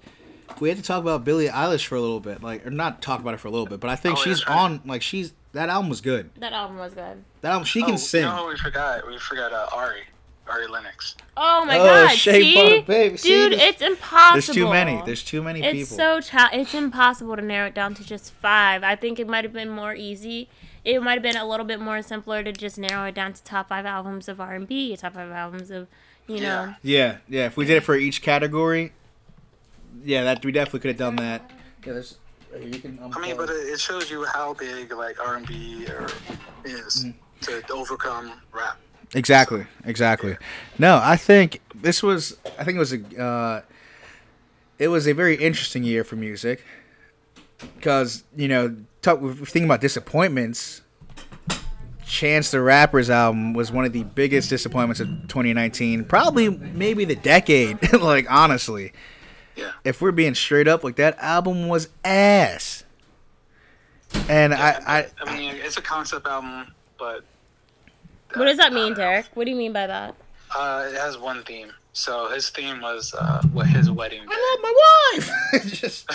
B: we had to talk about Billie Eilish for a little bit, like or not talk about it for a little bit, but I think
C: Oh,
B: she's
C: that's right.
B: on like she's that album was good.
A: that album was good.
B: That album she can
C: oh,
B: sing.
C: No, we forgot. We forgot uh, Ari. Ari Lennox.
A: Oh my
B: Oh,
A: god!
B: Shea
A: See,
B: Butter Baby,
A: dude,
B: see, there's-
A: it's impossible.
B: There's too many. There's too many
A: It's
B: people.
A: so cha- it's impossible to narrow it down to just five. I think it might have been more easy. It might have been a little bit more simpler to just narrow it down to top five albums of R and B, top five albums of, you know.
B: yeah, yeah. If we did it for each category, yeah, that we definitely could have done that. Yeah, there's. uh, You can.
C: I mean, but it, it shows you how big like R and B
B: Mm-hmm.
C: is to overcome rap.
B: Exactly. Exactly. No, I think this was. I think it was a. Uh, it was a very interesting year for music, because you know, talk, if we think about disappointments. Chance the Rapper's album was one of the biggest disappointments of 2019, probably maybe the decade. like honestly,
C: Yeah.
B: if we're being straight up, like that album was ass. And I, I,
C: I mean, it's a concept album, but
A: What does that mean, Derek? What do you mean by that?
C: uh, it has one theme. So his theme was uh, what his wedding. Day.
B: I love my wife. Just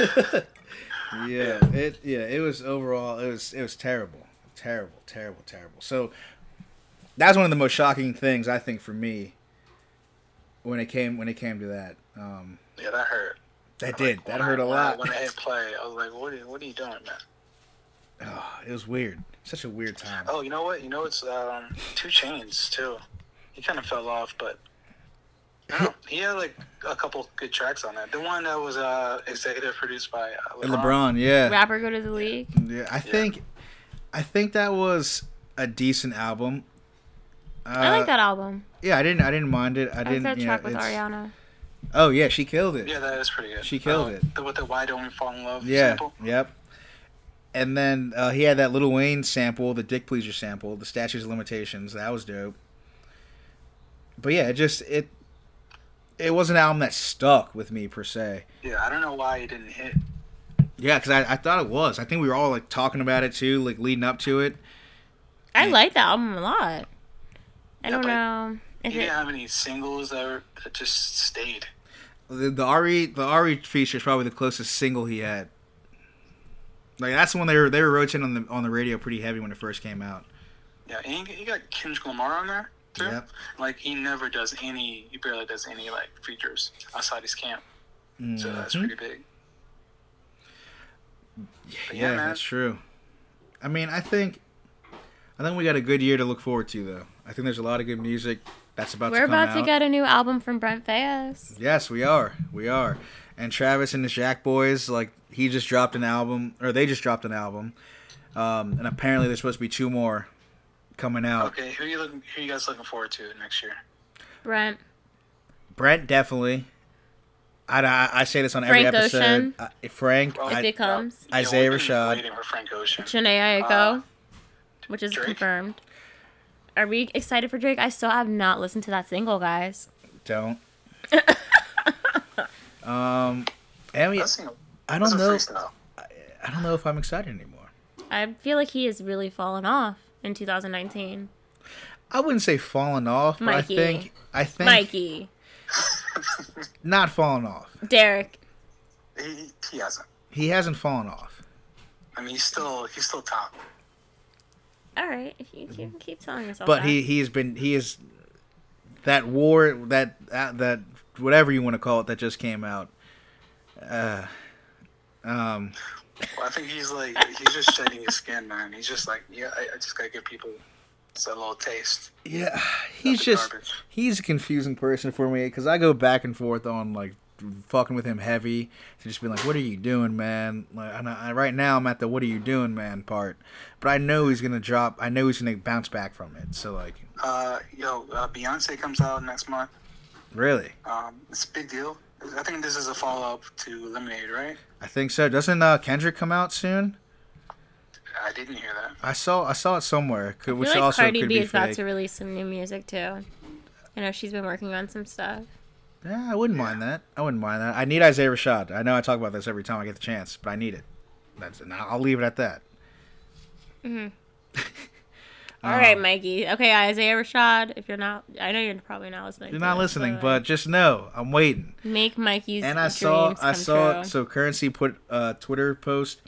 C: yeah.
B: yeah, it yeah, it was overall it was it was terrible, terrible, terrible, terrible. So that was one of the most shocking things I think for me when it came when it came to that. Um,
C: yeah, that hurt.
B: that did that hurt a
C: When I-
B: lot.
C: When I hit play, I was like, "What? Are, you- what are you doing, man?"
B: It was weird. Such a weird time.
C: Oh, you know what? You know it's um, two chains too. He kind of fell off, but I don't know. he had like a couple good tracks on that. The one that was uh, executive produced by uh,
B: And
C: LeBron.
B: LeBron, yeah.
A: Rapper go to the league.
B: Yeah, I think I think that was a decent album. Uh,
A: I like that album.
B: Yeah, I didn't. I didn't mind it. I
A: I like
B: didn't.
A: that
B: you know,
A: track with
B: it's-
A: Ariana.
B: Oh yeah, she killed it.
C: Yeah, that is pretty good.
B: She killed
C: Uh,
B: it.
C: The, with the "Why Don't We Fall in Love"
B: Yeah.
C: sample.
B: Yep. And then uh, he had that Little Wayne sample, the Dick Pleaser sample, the Statues of Limitations. That was dope. But yeah, it just it it was an album that stuck with me per se.
C: Yeah, I don't know why he didn't hit.
B: Yeah, because I, I thought it was. I think we were all like talking about it too, like leading up to it.
A: I like that album a lot. I don't
C: but
A: know if
C: He
A: it
C: didn't have any singles that, were, that just stayed.
B: The, the Ari the Ari feature is probably the closest single he had. Like that's the one they were they were rotating on the on the radio pretty heavy when it first came out.
C: Yeah, and he, he got Kendrick Lamar on there too.
B: Yep.
C: Like he never does any. He barely does any like features outside his camp. So
B: Mm.
C: that's
B: Mm-hmm.
C: pretty big. But
B: Yeah,
C: man.
B: that's true. I mean, I think, I think we got a good year to look forward to, though. I think there's a lot of good music that's about
A: we're
B: to come
A: about to
B: out.
A: get a new album from Brent Fayez.
B: yes, we are, we are. And Travis and the Jack Boys, like he just dropped an album, or they just dropped an album, um, and apparently there's supposed to be two more coming out.
C: Okay, who you looking? Who you guys looking forward to next year?
A: Brent.
B: Brent definitely. I, I, I say this on every
A: Frank
B: episode.
A: Ocean.
B: I- Frank,
C: Well,
A: If
B: I,
A: it comes.
C: Yeah,
B: Isaiah
C: we've been
B: Rashad.
C: Waiting for Frank Ocean.
A: Janae Aiko, which is
C: Drake?
A: confirmed. Are we excited for Drake? I still have not listened to that single, guys.
B: don't. um, and we,
C: That's, you know,
B: I
C: that's
B: don't
C: a
B: know.
C: freestyle.
B: I don't know if I'm excited anymore.
A: I feel like he has really fallen off in 2019.
B: I wouldn't say falling off, but
A: Mikey.
B: I think I think
A: Mikey,
B: not falling off.
A: Derek,
C: He, he- he hasn't.
B: He hasn't fallen off.
C: I mean, he's still he's still top.
A: all right, if you keep, keep telling yourself
B: But
A: that.
B: he he has been he is that war that that, that whatever you want to call it that just came out.
C: Well, I think he's like he's just shedding his skin, man. He's just like yeah, I, I just gotta give people just a little taste.
B: Yeah, he's
C: Nothing
B: just
C: garbage.
B: he's a confusing person for me because I go back and forth on like fucking with him heavy to just be like, "What are you doing, man?" Like, and I, I- right now I'm at the "What are you doing, man?" part, but I know he's gonna drop. I know he's gonna bounce back from it. So like,
C: Uh, yo, uh, Beyonce comes out next month.
B: really,
C: Um, it's a big deal. I think this is a follow up to Lemonade, right?
B: I think so. Doesn't uh, Kendrick come out soon?
C: I didn't hear that.
B: I saw I saw it somewhere, could,
A: I
B: which
A: feel like
B: also
A: Cardi
B: could
A: B
B: be
A: is about
B: fake.
A: to release some new music too. I know she's been working on some stuff.
B: Yeah, I wouldn't mind that. I wouldn't mind that. I need Isaiah Rashad. I know I talk about this every time I get the chance, but I need it. That's and I'll leave it at that.
A: Mm-hmm.
B: Uh,
A: All
B: Um,
A: right, Mikey. Okay, Isaiah Rashad. If you're not, I know you're probably not listening.
B: You're
A: to
B: not
A: this,
B: listening, but just know I'm waiting.
A: make Mikey's
B: and I
A: dreams
B: saw
A: come
B: I saw
A: true.
B: so currency put a Twitter post,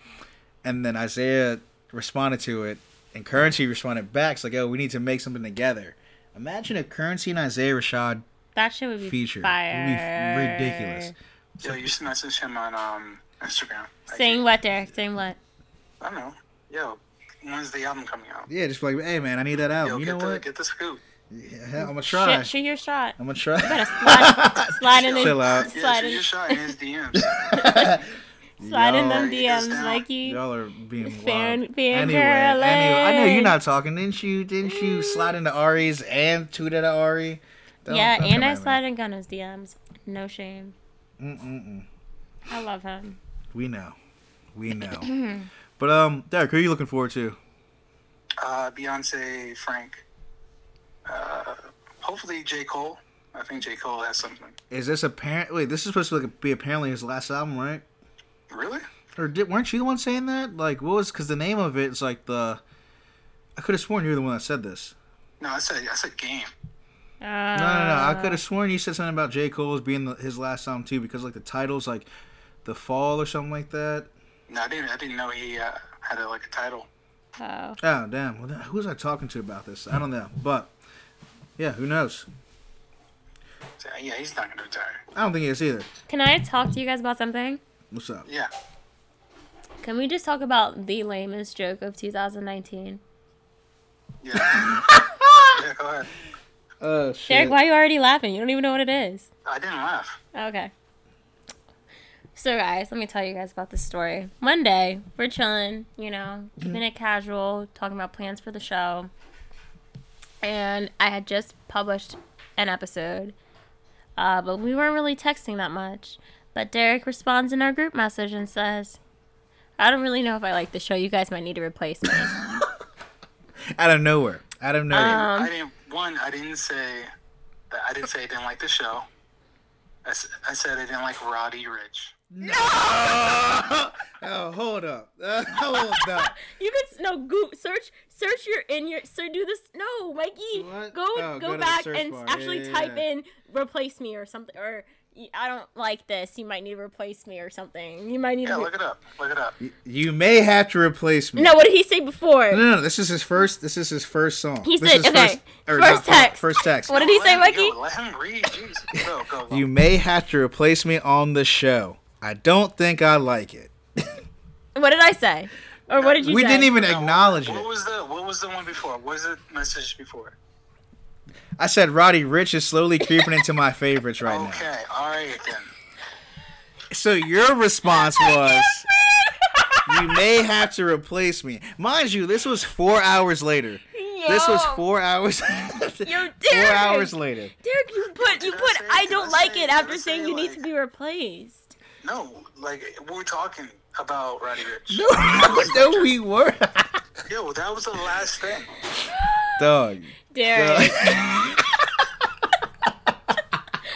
B: and then Isaiah responded to it, and currency responded back. It's like, oh, we need to make something together. Imagine if currency and Isaiah Rashad
A: that shit would be
B: featured.
A: fire.
B: It'd be ridiculous.
C: Yo, you should message him on um, Instagram. Like,
A: Saying what, Derek? Saying what?
C: I don't know. Yo, when's the album coming out?
B: Yeah, just like, hey man, I need that album.
C: Yo,
B: Oh, you
C: get
B: know
C: the
B: what?
C: get the scoop.
B: Yeah, I'm gonna try.
A: Shit, shoot your shot.
B: I'm gonna try.
A: Gotta slide, slide in
B: Chill
A: the,
B: out.
C: Yeah,
A: Slide
C: shoot
A: in-
C: your shot in his DMs.
A: slide in
B: Y'all-
A: them
C: Alright, he goes
A: DMs,
C: down.
A: Mikey.
B: Y'all are being
A: Fan-
B: wild.
A: fan eh. Mm.
B: anyway, anyway, I know you're
A: girling.
B: not talking. Didn't you? Didn't you slide into Ari's and tweet at Ari? Don't-
A: yeah,
B: don't
A: and
B: come
A: I
B: at me.
A: slide in Gunna's DMs. No shame.
B: Mm-mm-mm.
A: I love him.
B: We know, we
A: Mm-hmm.
B: know. but um, Derek, who are you looking forward to?
C: Uh, Beyonce, Frank. Uh, hopefully J Cole. I think J Cole has something.
B: Is this apparent? Wait, this is supposed to like, be apparently his last album, right?
C: Really?
B: Or did, weren't you the one saying that? Like, what was? Because the name of it is like the. I could have sworn you were the one that said this.
C: No, I said I said game.
A: Uh,
B: No, no, no. I could have sworn you said something about J. Cole's being the, his last album too, because like the title's like, "The Fall" or something like that.
C: No, I didn't. I didn't know he uh, had a, like a title.
A: Oh.
B: Oh damn! Well, who was I talking to about this? I don't know, but yeah, who knows?
C: So, yeah, he's not gonna retire.
B: I don't think it is either.
A: Can I talk to you guys about something?
B: What's up?
C: Yeah.
A: Can we just talk about the lamest joke of 2019?
C: Yeah. yeah. Go ahead.
B: Oh
A: Derek, why are you already laughing? You don't even know what it is.
C: I didn't laugh.
A: Okay. So, guys, let me tell you guys about this story. One day, we're chilling, you know, keeping it casual, talking about plans for the show. And I had just published an episode, uh, but we weren't really texting that much. But Derek responds in our group message and says, I don't really know if I like the show. You guys might need to replace me.
B: Out of nowhere. Out of nowhere.
A: Um,
C: I didn't. One, I didn't say. that I didn't say I didn't like the show. I, s- I said I didn't like Roddy Rich.
A: Uh.
B: oh, hold up. hold up.
A: You could s- no go search search your in your so do this no Mikey
B: What?
A: go
B: Oh, go
A: go
B: to the
A: back
B: search
A: and
B: bar.
A: actually
B: Yeah, yeah,
A: type
B: yeah.
A: in replace me or something or y- I don't like this you might need to replace me or something you might need
C: Yeah,
A: to
C: look it up. Look it up.
B: You may have to replace me.
A: no what did he say before
B: No, no, no. This is his first. This is his first song.
A: He
B: this
A: said-
B: is
A: okay,
B: or
A: first
B: not-
A: text.
B: First text.
A: what did he say
C: Let him-
A: Mikey
C: Yo, let him read. Jeez. Go, go, go.
B: You may have to replace me on the show. I don't think I like it.
A: what did I say or what did you
B: we
A: say
B: didn't even
C: No,
B: acknowledge
C: what
B: it.
C: was the What was the one before? What was the message before?
B: I said Roddy Rich is slowly creeping into my favorites right now.
C: Okay, all right then.
B: So your response was, "You may have to replace me." Mind you, this was four hours later. This was
A: Yo,
B: four hours.
A: Yo,
B: four
A: Derek.
B: hours later.
A: Derek you put you
C: Did I
A: put
C: say-
A: I
C: did
A: don't
C: I
A: like
C: say-
A: it
C: did I
A: after
C: say,
A: saying you need
C: like-
A: to be replaced
C: No, like we're talking about Roddy Rich.
B: no, we were.
C: Yo, that was the last thing.
B: Dog. Uh,
A: Derek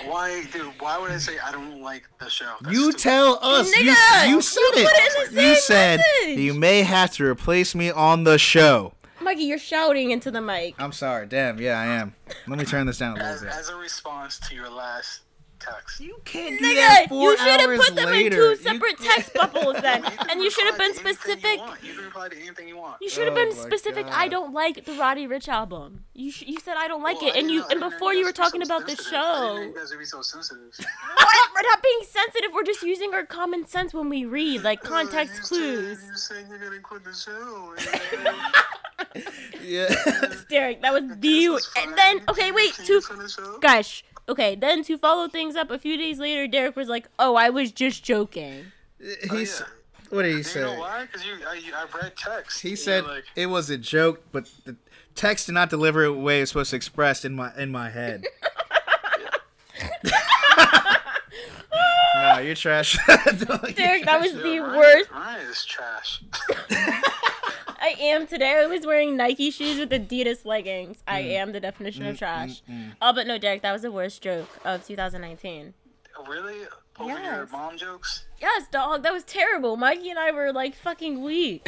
C: Why, dude? Why would I say I don't like the show? That's
B: You
C: stupid.
B: tell us. You,
A: Nigga,
B: you
A: you
B: said
A: put
B: it.
A: it in the
B: You
A: same
B: said
A: message.
B: you may have to replace me on the show.
A: Mikey you're shouting into the mic
B: I'm sorry. Damn. Yeah, I am. Let me turn this down a
C: as,
B: little bit.
C: as a response to your last text.
B: You can't do that
A: Nigga,
B: four
A: you should have
B: hours
A: put them
B: later.
A: in two separate text bubbles then, and you should have been specific.
C: You can reply to anything you want.
A: You should have
B: Oh
A: been
B: my
A: specific.
B: God.
A: I don't like the Roddy Rich album. You sh- you said I don't like
C: Well, Oh,
A: it,
C: I
A: and
C: didn't
A: you
C: know- I
A: and
C: didn't know
A: before
C: guys
A: you were
C: were so
A: talking about the
C: sensitive. I didn't know
A: show.
C: you guys would be so sensitive.
A: What? We're not being sensitive. We're just using our common sense when we read, like
C: Oh,
A: context
C: You said-
A: clues.
C: You said you're gonna quit the show.
A: Oh,
B: Yeah.
A: Derek, that was
C: This
A: the.
C: is fine.
A: And then okay,
C: Can
A: wait, to
C: you finish up?
A: gosh, okay, then to follow things up, a few days later, Derek was like, "Oh, I was just joking."
B: He's.
C: yeah.
B: What did he
C: You know
B: say?
C: why? Because you, I, you, I read text.
B: He
C: and you're
B: said
C: like,
B: it was a joke, but the text did not deliver it the way it's supposed to express in my in my head. nah, you're trash.
A: Derek, that was
C: "Yeah,
A: the
C: Ryan-
A: worst.
C: Ryan is trash.
A: I I am today. I was wearing Nike shoes with Adidas leggings. I
B: Mm.
A: am the definition of trash. Oh, but no, Derek, that was the worst joke of 2019.
C: Really? Over your
A: Yes.
C: mom jokes?
A: Yes, dog, that was terrible. Mikey and I were like fucking weak.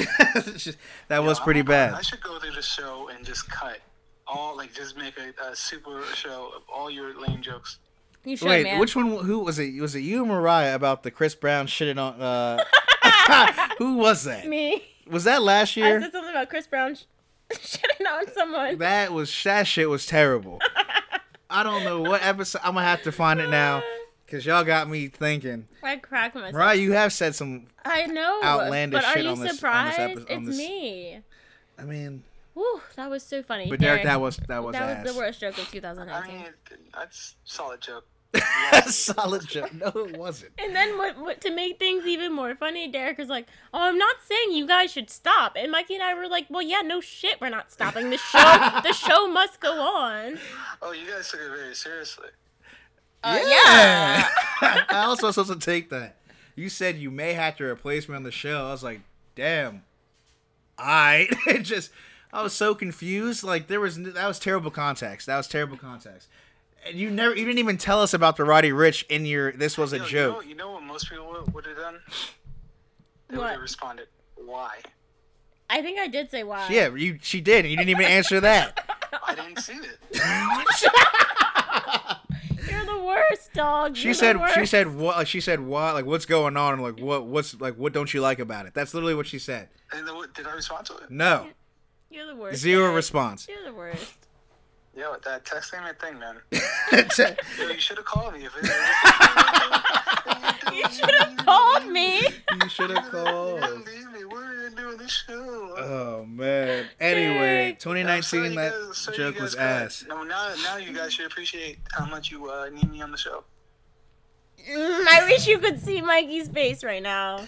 B: that was
C: I-
B: pretty
C: I- I
B: bad.
C: should go through the show and just cut all like just make a, a super show of all your lame jokes.
A: You should,
B: Wait,
A: man.
B: which one? Who was it? Was it you, or Mariah, about the Chris Brown shitting on? Uh, who was that?
A: me?
B: Was that last
A: I
B: year?
A: said something about Chris Brown sh- shitting on someone.
B: That was that shit was terrible. I don't know what episode. I'm gonna have to find it now, cause y'all got me thinking.
A: I cracked myself.
B: Mariah, you have said some.
A: I know.
B: Outlandish
A: but are
B: shit
A: you
B: on this- on this
A: surprised?
B: epi- on
A: it's
B: this-
A: me.
B: I mean,
A: Whew, that was so funny.
B: but Derek, that was that was
A: that
B: ass.
A: was the worst joke of
C: I
A: 2019.
C: mean, it- that's solid joke.
B: Solid joke. No, it wasn't.
A: And then what, what? To make things even more funny, Derek was like, "Oh, I'm not saying you guys should stop." And Mikey and I were like, "Well, yeah, no shit, we're not stopping the show. the show must go on."
C: Oh, you guys took it very seriously.
B: yeah. I also was supposed to take that. You said you may have to replace me on the show. I was like, damn. I it just I was so confused. Like there was n- that was terrible context. That was terrible context. And you never you didn't even tell us about the Roddy Rich in your this was a
C: Yo, You know,
B: joke.
C: you know what most people would- would have done? They would
A: What?
C: have responded, "Why?"
A: I think I did say why.
B: Yeah, you she did. and You didn't even answer that.
C: I didn't see it.
A: You're the worst, dog.
B: She
A: You're the
B: said she
A: worst.
B: said what like she said why like what's going on and like what what's like what don't you like about it? That's literally what she said.
C: And then, what- did I respond to it?
B: No.
A: You're the worst.
B: Zero
A: Derek.
B: response.
A: You're the worst.
C: Yo, that text ain't a thing, man.
B: you
C: Yo, you should have called me if it.
A: You should have called me.
B: should have
C: You
B: called.
C: didn't leave me. We're doing this show.
B: Oh man. Anyway,
A: Dick.
C: I'm
B: 2019
C: sorry you
B: that
C: guys- sorry you
B: joke
C: guys
B: was
C: got-
B: ass.
C: No, now, now you guys should appreciate how much you uh, need me on the show.
A: Mm, I wish you could see Mikey's face right now.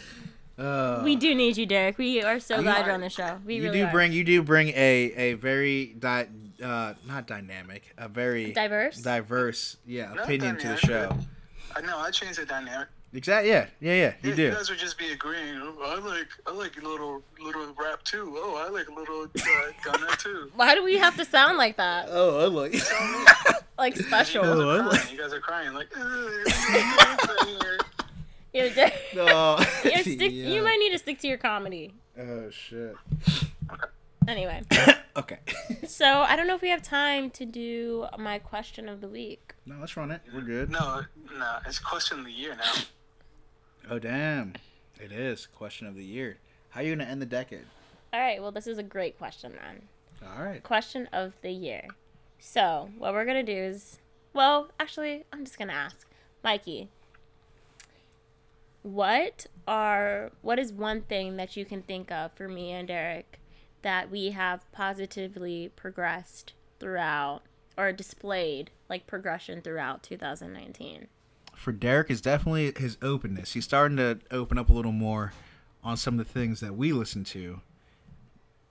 B: Uh,
A: We do need you, Derek. We are so glad you're on the show. We
B: you
A: really
B: do
A: are.
B: bring you do bring a a very di- uh not dynamic a very
A: diverse.
B: diverse yeah
C: Not
B: opinion to the show.
C: dynamic, I know I changed the dynamic.
B: Exactly. Yeah. Yeah. Yeah. You
C: Yeah,
B: do.
C: You guys would just be agreeing. "Oh, I like I like little little rap too. Oh, I like little uh, Gunna too.
A: Why do we have to sound like that?
B: Oh, I like.
A: Like special.
B: Oh, I
C: Crying.
B: like.
C: You guys are crying like. "Ugh."
A: You're Derek.
B: No.
A: You're stick-
B: Yeah.
A: You might need to stick to your comedy.
B: Oh shit.
A: Anyway,
B: Okay.
A: so I don't know if we have time to do my question of the week.
B: no, let's run it. We're good.
C: no, no, it's question of the year now.
B: Oh damn. It is question of the year. How you gonna end the decade?
A: All right, well, this is a great question then.
B: All right.
A: Question of the year. So, what we're going to do is, well, actually, I'm just going to ask Mikey, what are what is one thing that you can think of for me and Eric that we have positively progressed throughout or displayed like progression throughout 2019?
B: for Derek is definitely his openness. He's starting to open up a little more on some of the things that we listen to.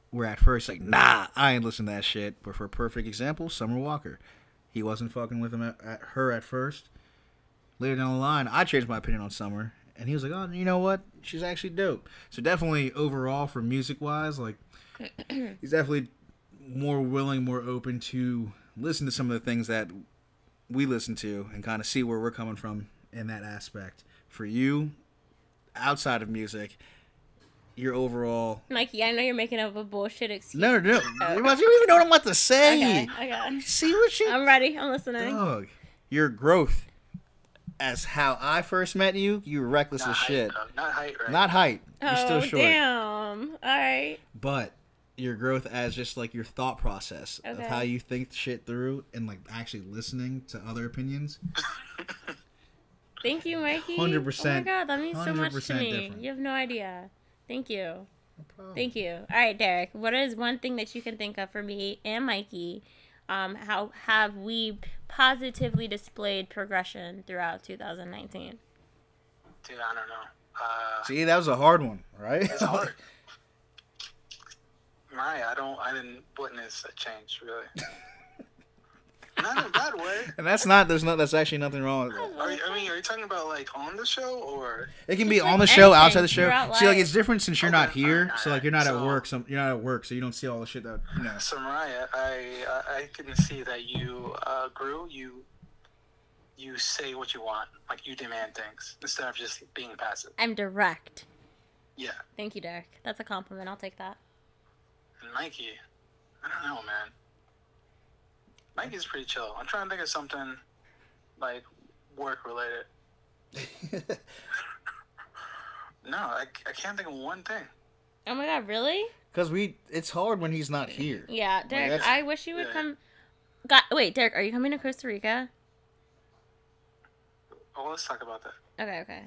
B: Where at first like, nah, I ain't listen to that shit. But for a perfect example, Summer Walker, he wasn't fucking with him at, at her at first. Later down the line, I changed my opinion on Summer, and he was like, oh, you know what? She's actually dope. So definitely overall for music wise, like he's definitely more willing, more open to listen to some of the things that we listen to and kind of see where we're coming from in that aspect. For you, outside of music, your overall.
A: Mikey, I know you're making up a bullshit excuse.
B: No, no, no. You don't even know what I'm about to say.
A: Okay, okay.
B: See what she.
A: I'm ready. I'm listening.
B: Dog. Your growth as how I first met you, you were reckless
C: Not
B: as
C: height,
B: shit.
C: though. Not height, right?
B: Not height. You're
A: oh,
B: still short.
A: damn. All right.
B: But your growth as just like your thought process of
A: Okay.
B: how you think shit through and like actually listening to other opinions.
A: Thank you, Mikey.
B: 100%,
A: Oh my god, that means so much to
B: 100%
A: me.
B: different.
A: You have no idea. Thank you. Thank you. All right, Derek. What is one thing that you can think of for me and Mikey? Um, how have we positively displayed progression throughout 2019?
C: Dude, I don't know. Uh,
B: See, that was a hard one, right?
C: it's hard. Mariah, I don't. I didn't witness a change really. Not in a bad way.
B: And that's not. There's not. That's actually nothing wrong with that.
C: Are you, I mean, are you talking about like on the show or?
B: It can be
A: Just
B: on the
A: like
B: show,
A: anything
B: outside the show.
A: throughout
B: See, like
A: life.
B: it's different since you're not
C: Okay,
B: here.
C: fine,
B: So like you're not at
C: so-
B: work. So you're not at work. So you don't see all the shit that you know.
C: So Mariah, I I, I can see that you uh, grew. You you say what you want, like you demand things instead of just being passive.
A: I'm direct.
C: Yeah,
A: Thank you, Derek. That's a compliment. I'll take that.
C: and Mikey, I don't know, man. Mikey's pretty chill. I'm trying to think of something like work related. No, I, I can't think of one thing.
A: Oh my god, really?
B: Because we, it's hard when he's not here.
A: Yeah, Derek,
B: that's-
A: I wish you would
C: yeah.
A: come. God, wait, Derek, are you coming to Costa Rica?
C: Well, let's talk about that.
A: Okay, okay.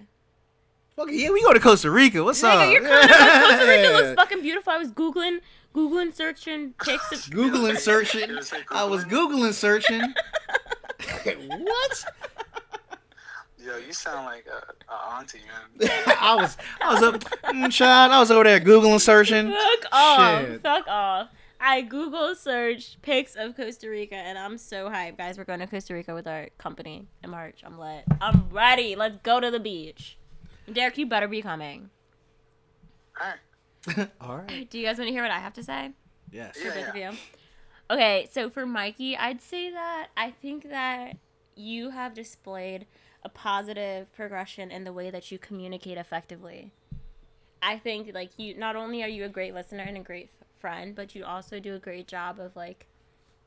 B: Fuck yeah, we go to Costa Rica. What's
A: Nigga,
B: up?
A: you're coming to Costa Rica. It
B: Yeah.
A: looks fucking beautiful. I was googling, googling, searching pics. Of,
B: Googling searching.
C: Did it say
B: I was googling searching. what?
C: Yo, you sound like a, a auntie, man.
B: I was I was up mm, child, I was over there googling searching.
A: Fuck off.
B: Shit.
A: Fuck off. I Google searched pics of Costa Rica and I'm so hyped. Guys, we're going to Costa Rica with our company in March. I'm lit. I'm ready. Let's go to the beach. Derek, you better be coming.
C: All right.
B: All right.
A: Do you guys want to hear what I have to say?
B: Yes.
A: for
C: Yeah,
A: both of
C: yeah.
A: you. Okay, so for Mikey, I'd say that I think that you have displayed a positive progression in the way that you communicate effectively. I think like you not only are you a great listener and a great f- friend, but you also do a great job of like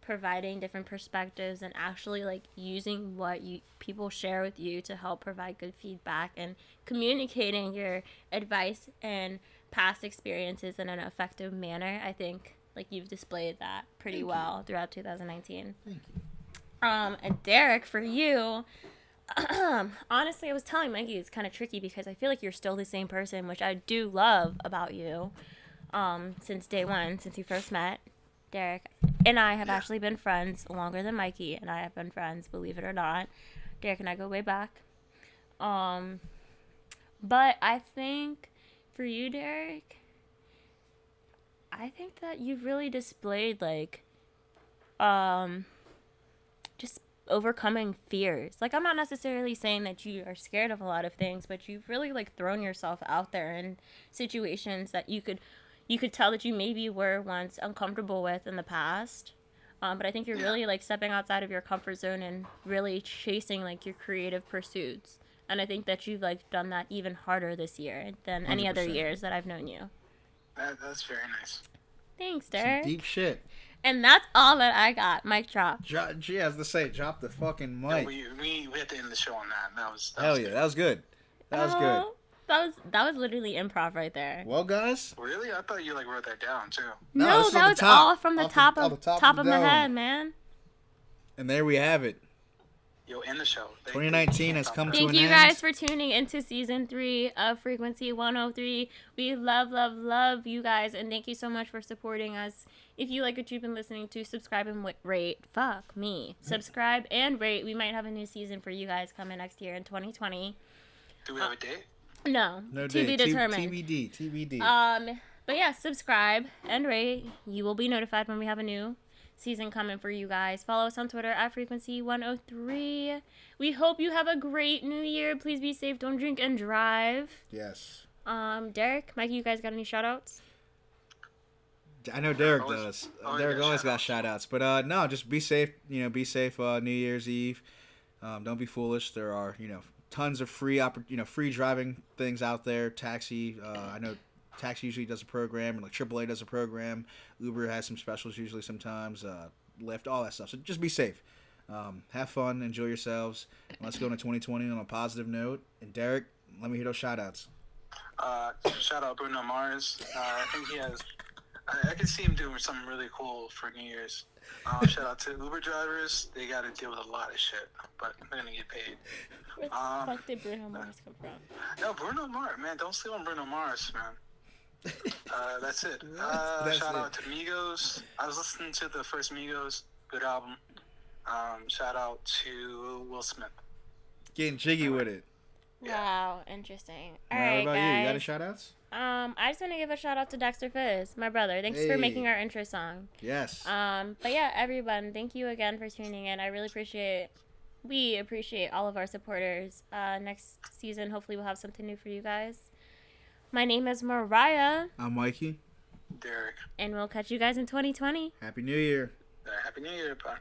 A: providing different perspectives and actually like using what you people share with you to help provide good feedback and communicating your advice and past experiences in an effective manner. I think like you've displayed that pretty well throughout 2019. Thank you. Um, and Derek, for you, honestly, I was telling Mikey it's kind of tricky because I feel like you're still the same person, which I do love about you. Um, since day one, since you first met, Derek and I have actually been friends longer than Mikey and I have been friends, believe it or not. Derek and I go way back. Um, but I think for you, Derek, I think that you've really displayed like, um, just overcoming fears. Like I'm not necessarily saying that you are scared of a lot of things, but you've really like thrown yourself out there in situations that you could you could tell that you maybe were once uncomfortable with in the past. Um, but I think you're really like stepping outside of your comfort zone and really chasing like your creative pursuits. And I think that you've like done that even harder this year than any other
B: 100%.
A: years that I've known you.
C: That, that's very nice.
A: Thanks,
B: Some
A: Derek.
B: deep shit.
A: and that's all that I got. Mic drop.
B: Dro- gee, I was to say, drop the fucking
C: No,
B: mic.
C: we, we, we had to end the show on that. That was that
B: Hell
C: was
B: yeah,
C: good.
B: that was good. That was good.
A: Oh, That was that was literally improv right there.
B: Well, guys,
C: Really? I thought you like wrote that down too.
B: No,
A: No,
B: this is off
A: that
B: the
A: was
B: top.
A: all from the
B: Off the-
A: top
B: off
A: of
B: the
A: top,
B: top of
A: of
B: the
A: my
B: dome.
A: head, man.
B: and there we have it.
C: Yo, end the show. They-
B: 2019 has
C: they-
B: come to-
A: Thank
B: an
A: you
B: end.
A: guys for tuning into season three of Frequency 103. We love, love, love you guys, and thank you so much for supporting us. If you like what you've been listening to, subscribe and w- rate. Fuck me. Subscribe and rate. We might have a new season for you guys coming next year in 2020.
C: Do we have a date?
A: No, to
B: No date.
A: be
B: T-
A: determined.
B: TBD. TBD.
A: Um, but yeah, subscribe and rate. You will be notified when we have a new season coming for you guys. Follow us on Twitter at frequency 103. We hope you have a great new year. Please be safe. Don't drink and drive.
B: yes.
A: Um, Derek, Mikey, you guys got any shout outs?
B: I know Derek
C: Always-
B: does. Uh,
C: always
B: Derek
C: got
B: always got
C: shout-outs.
B: shout outs. But uh, no, just be safe. You know, be safe uh, New Year's Eve. Um, don't be foolish. There are, you know, tons of free, oppor- you know, free driving things out there. Taxi. Uh, I know Taxi usually does a program, and like AAA does a program. Uber has some specials usually sometimes. Uh, Lyft, all that stuff. So just be safe. Um, have fun. Enjoy yourselves. And let's go into 2020 on a positive note. And Derek, let me hear those shout outs.
C: Uh, shout out Bruno Mars. Uh, I think he has. I, I can see him doing something really cool for New Year's. Um, shout out to Uber drivers. They got to deal with a lot of shit, but they're gonna get paid.
A: Where the
C: Um,
A: fuck did Bruno Mars come from?
C: No, Bruno Mars, man. Don't sleep on Bruno Mars, man. Uh, that's it. Uh,
B: That's
C: shout
B: it.
C: out to Migos. I was listening to the first Migos. Good album. Um, shout out to Will Smith.
B: Getting jiggy with it.
C: Yeah.
A: Wow, interesting. All
B: Now, what
A: right,
B: about you? You got any
A: guys.
B: shout outs?
A: um, I just want to give a shout out to Dexter Fizz, my brother. Thanks for making
B: Hey.
A: our intro song.
B: Yes.
A: Um, but yeah, everyone, thank you again for tuning in. I really appreciate. We appreciate all of our supporters. Uh, next season, hopefully, we'll have something new for you guys. My name is Mariah,
B: I'm Mikey.
C: Derek.
A: and we'll catch you guys in 2020.
B: Happy New Year.
C: Uh, Happy New Year, bud.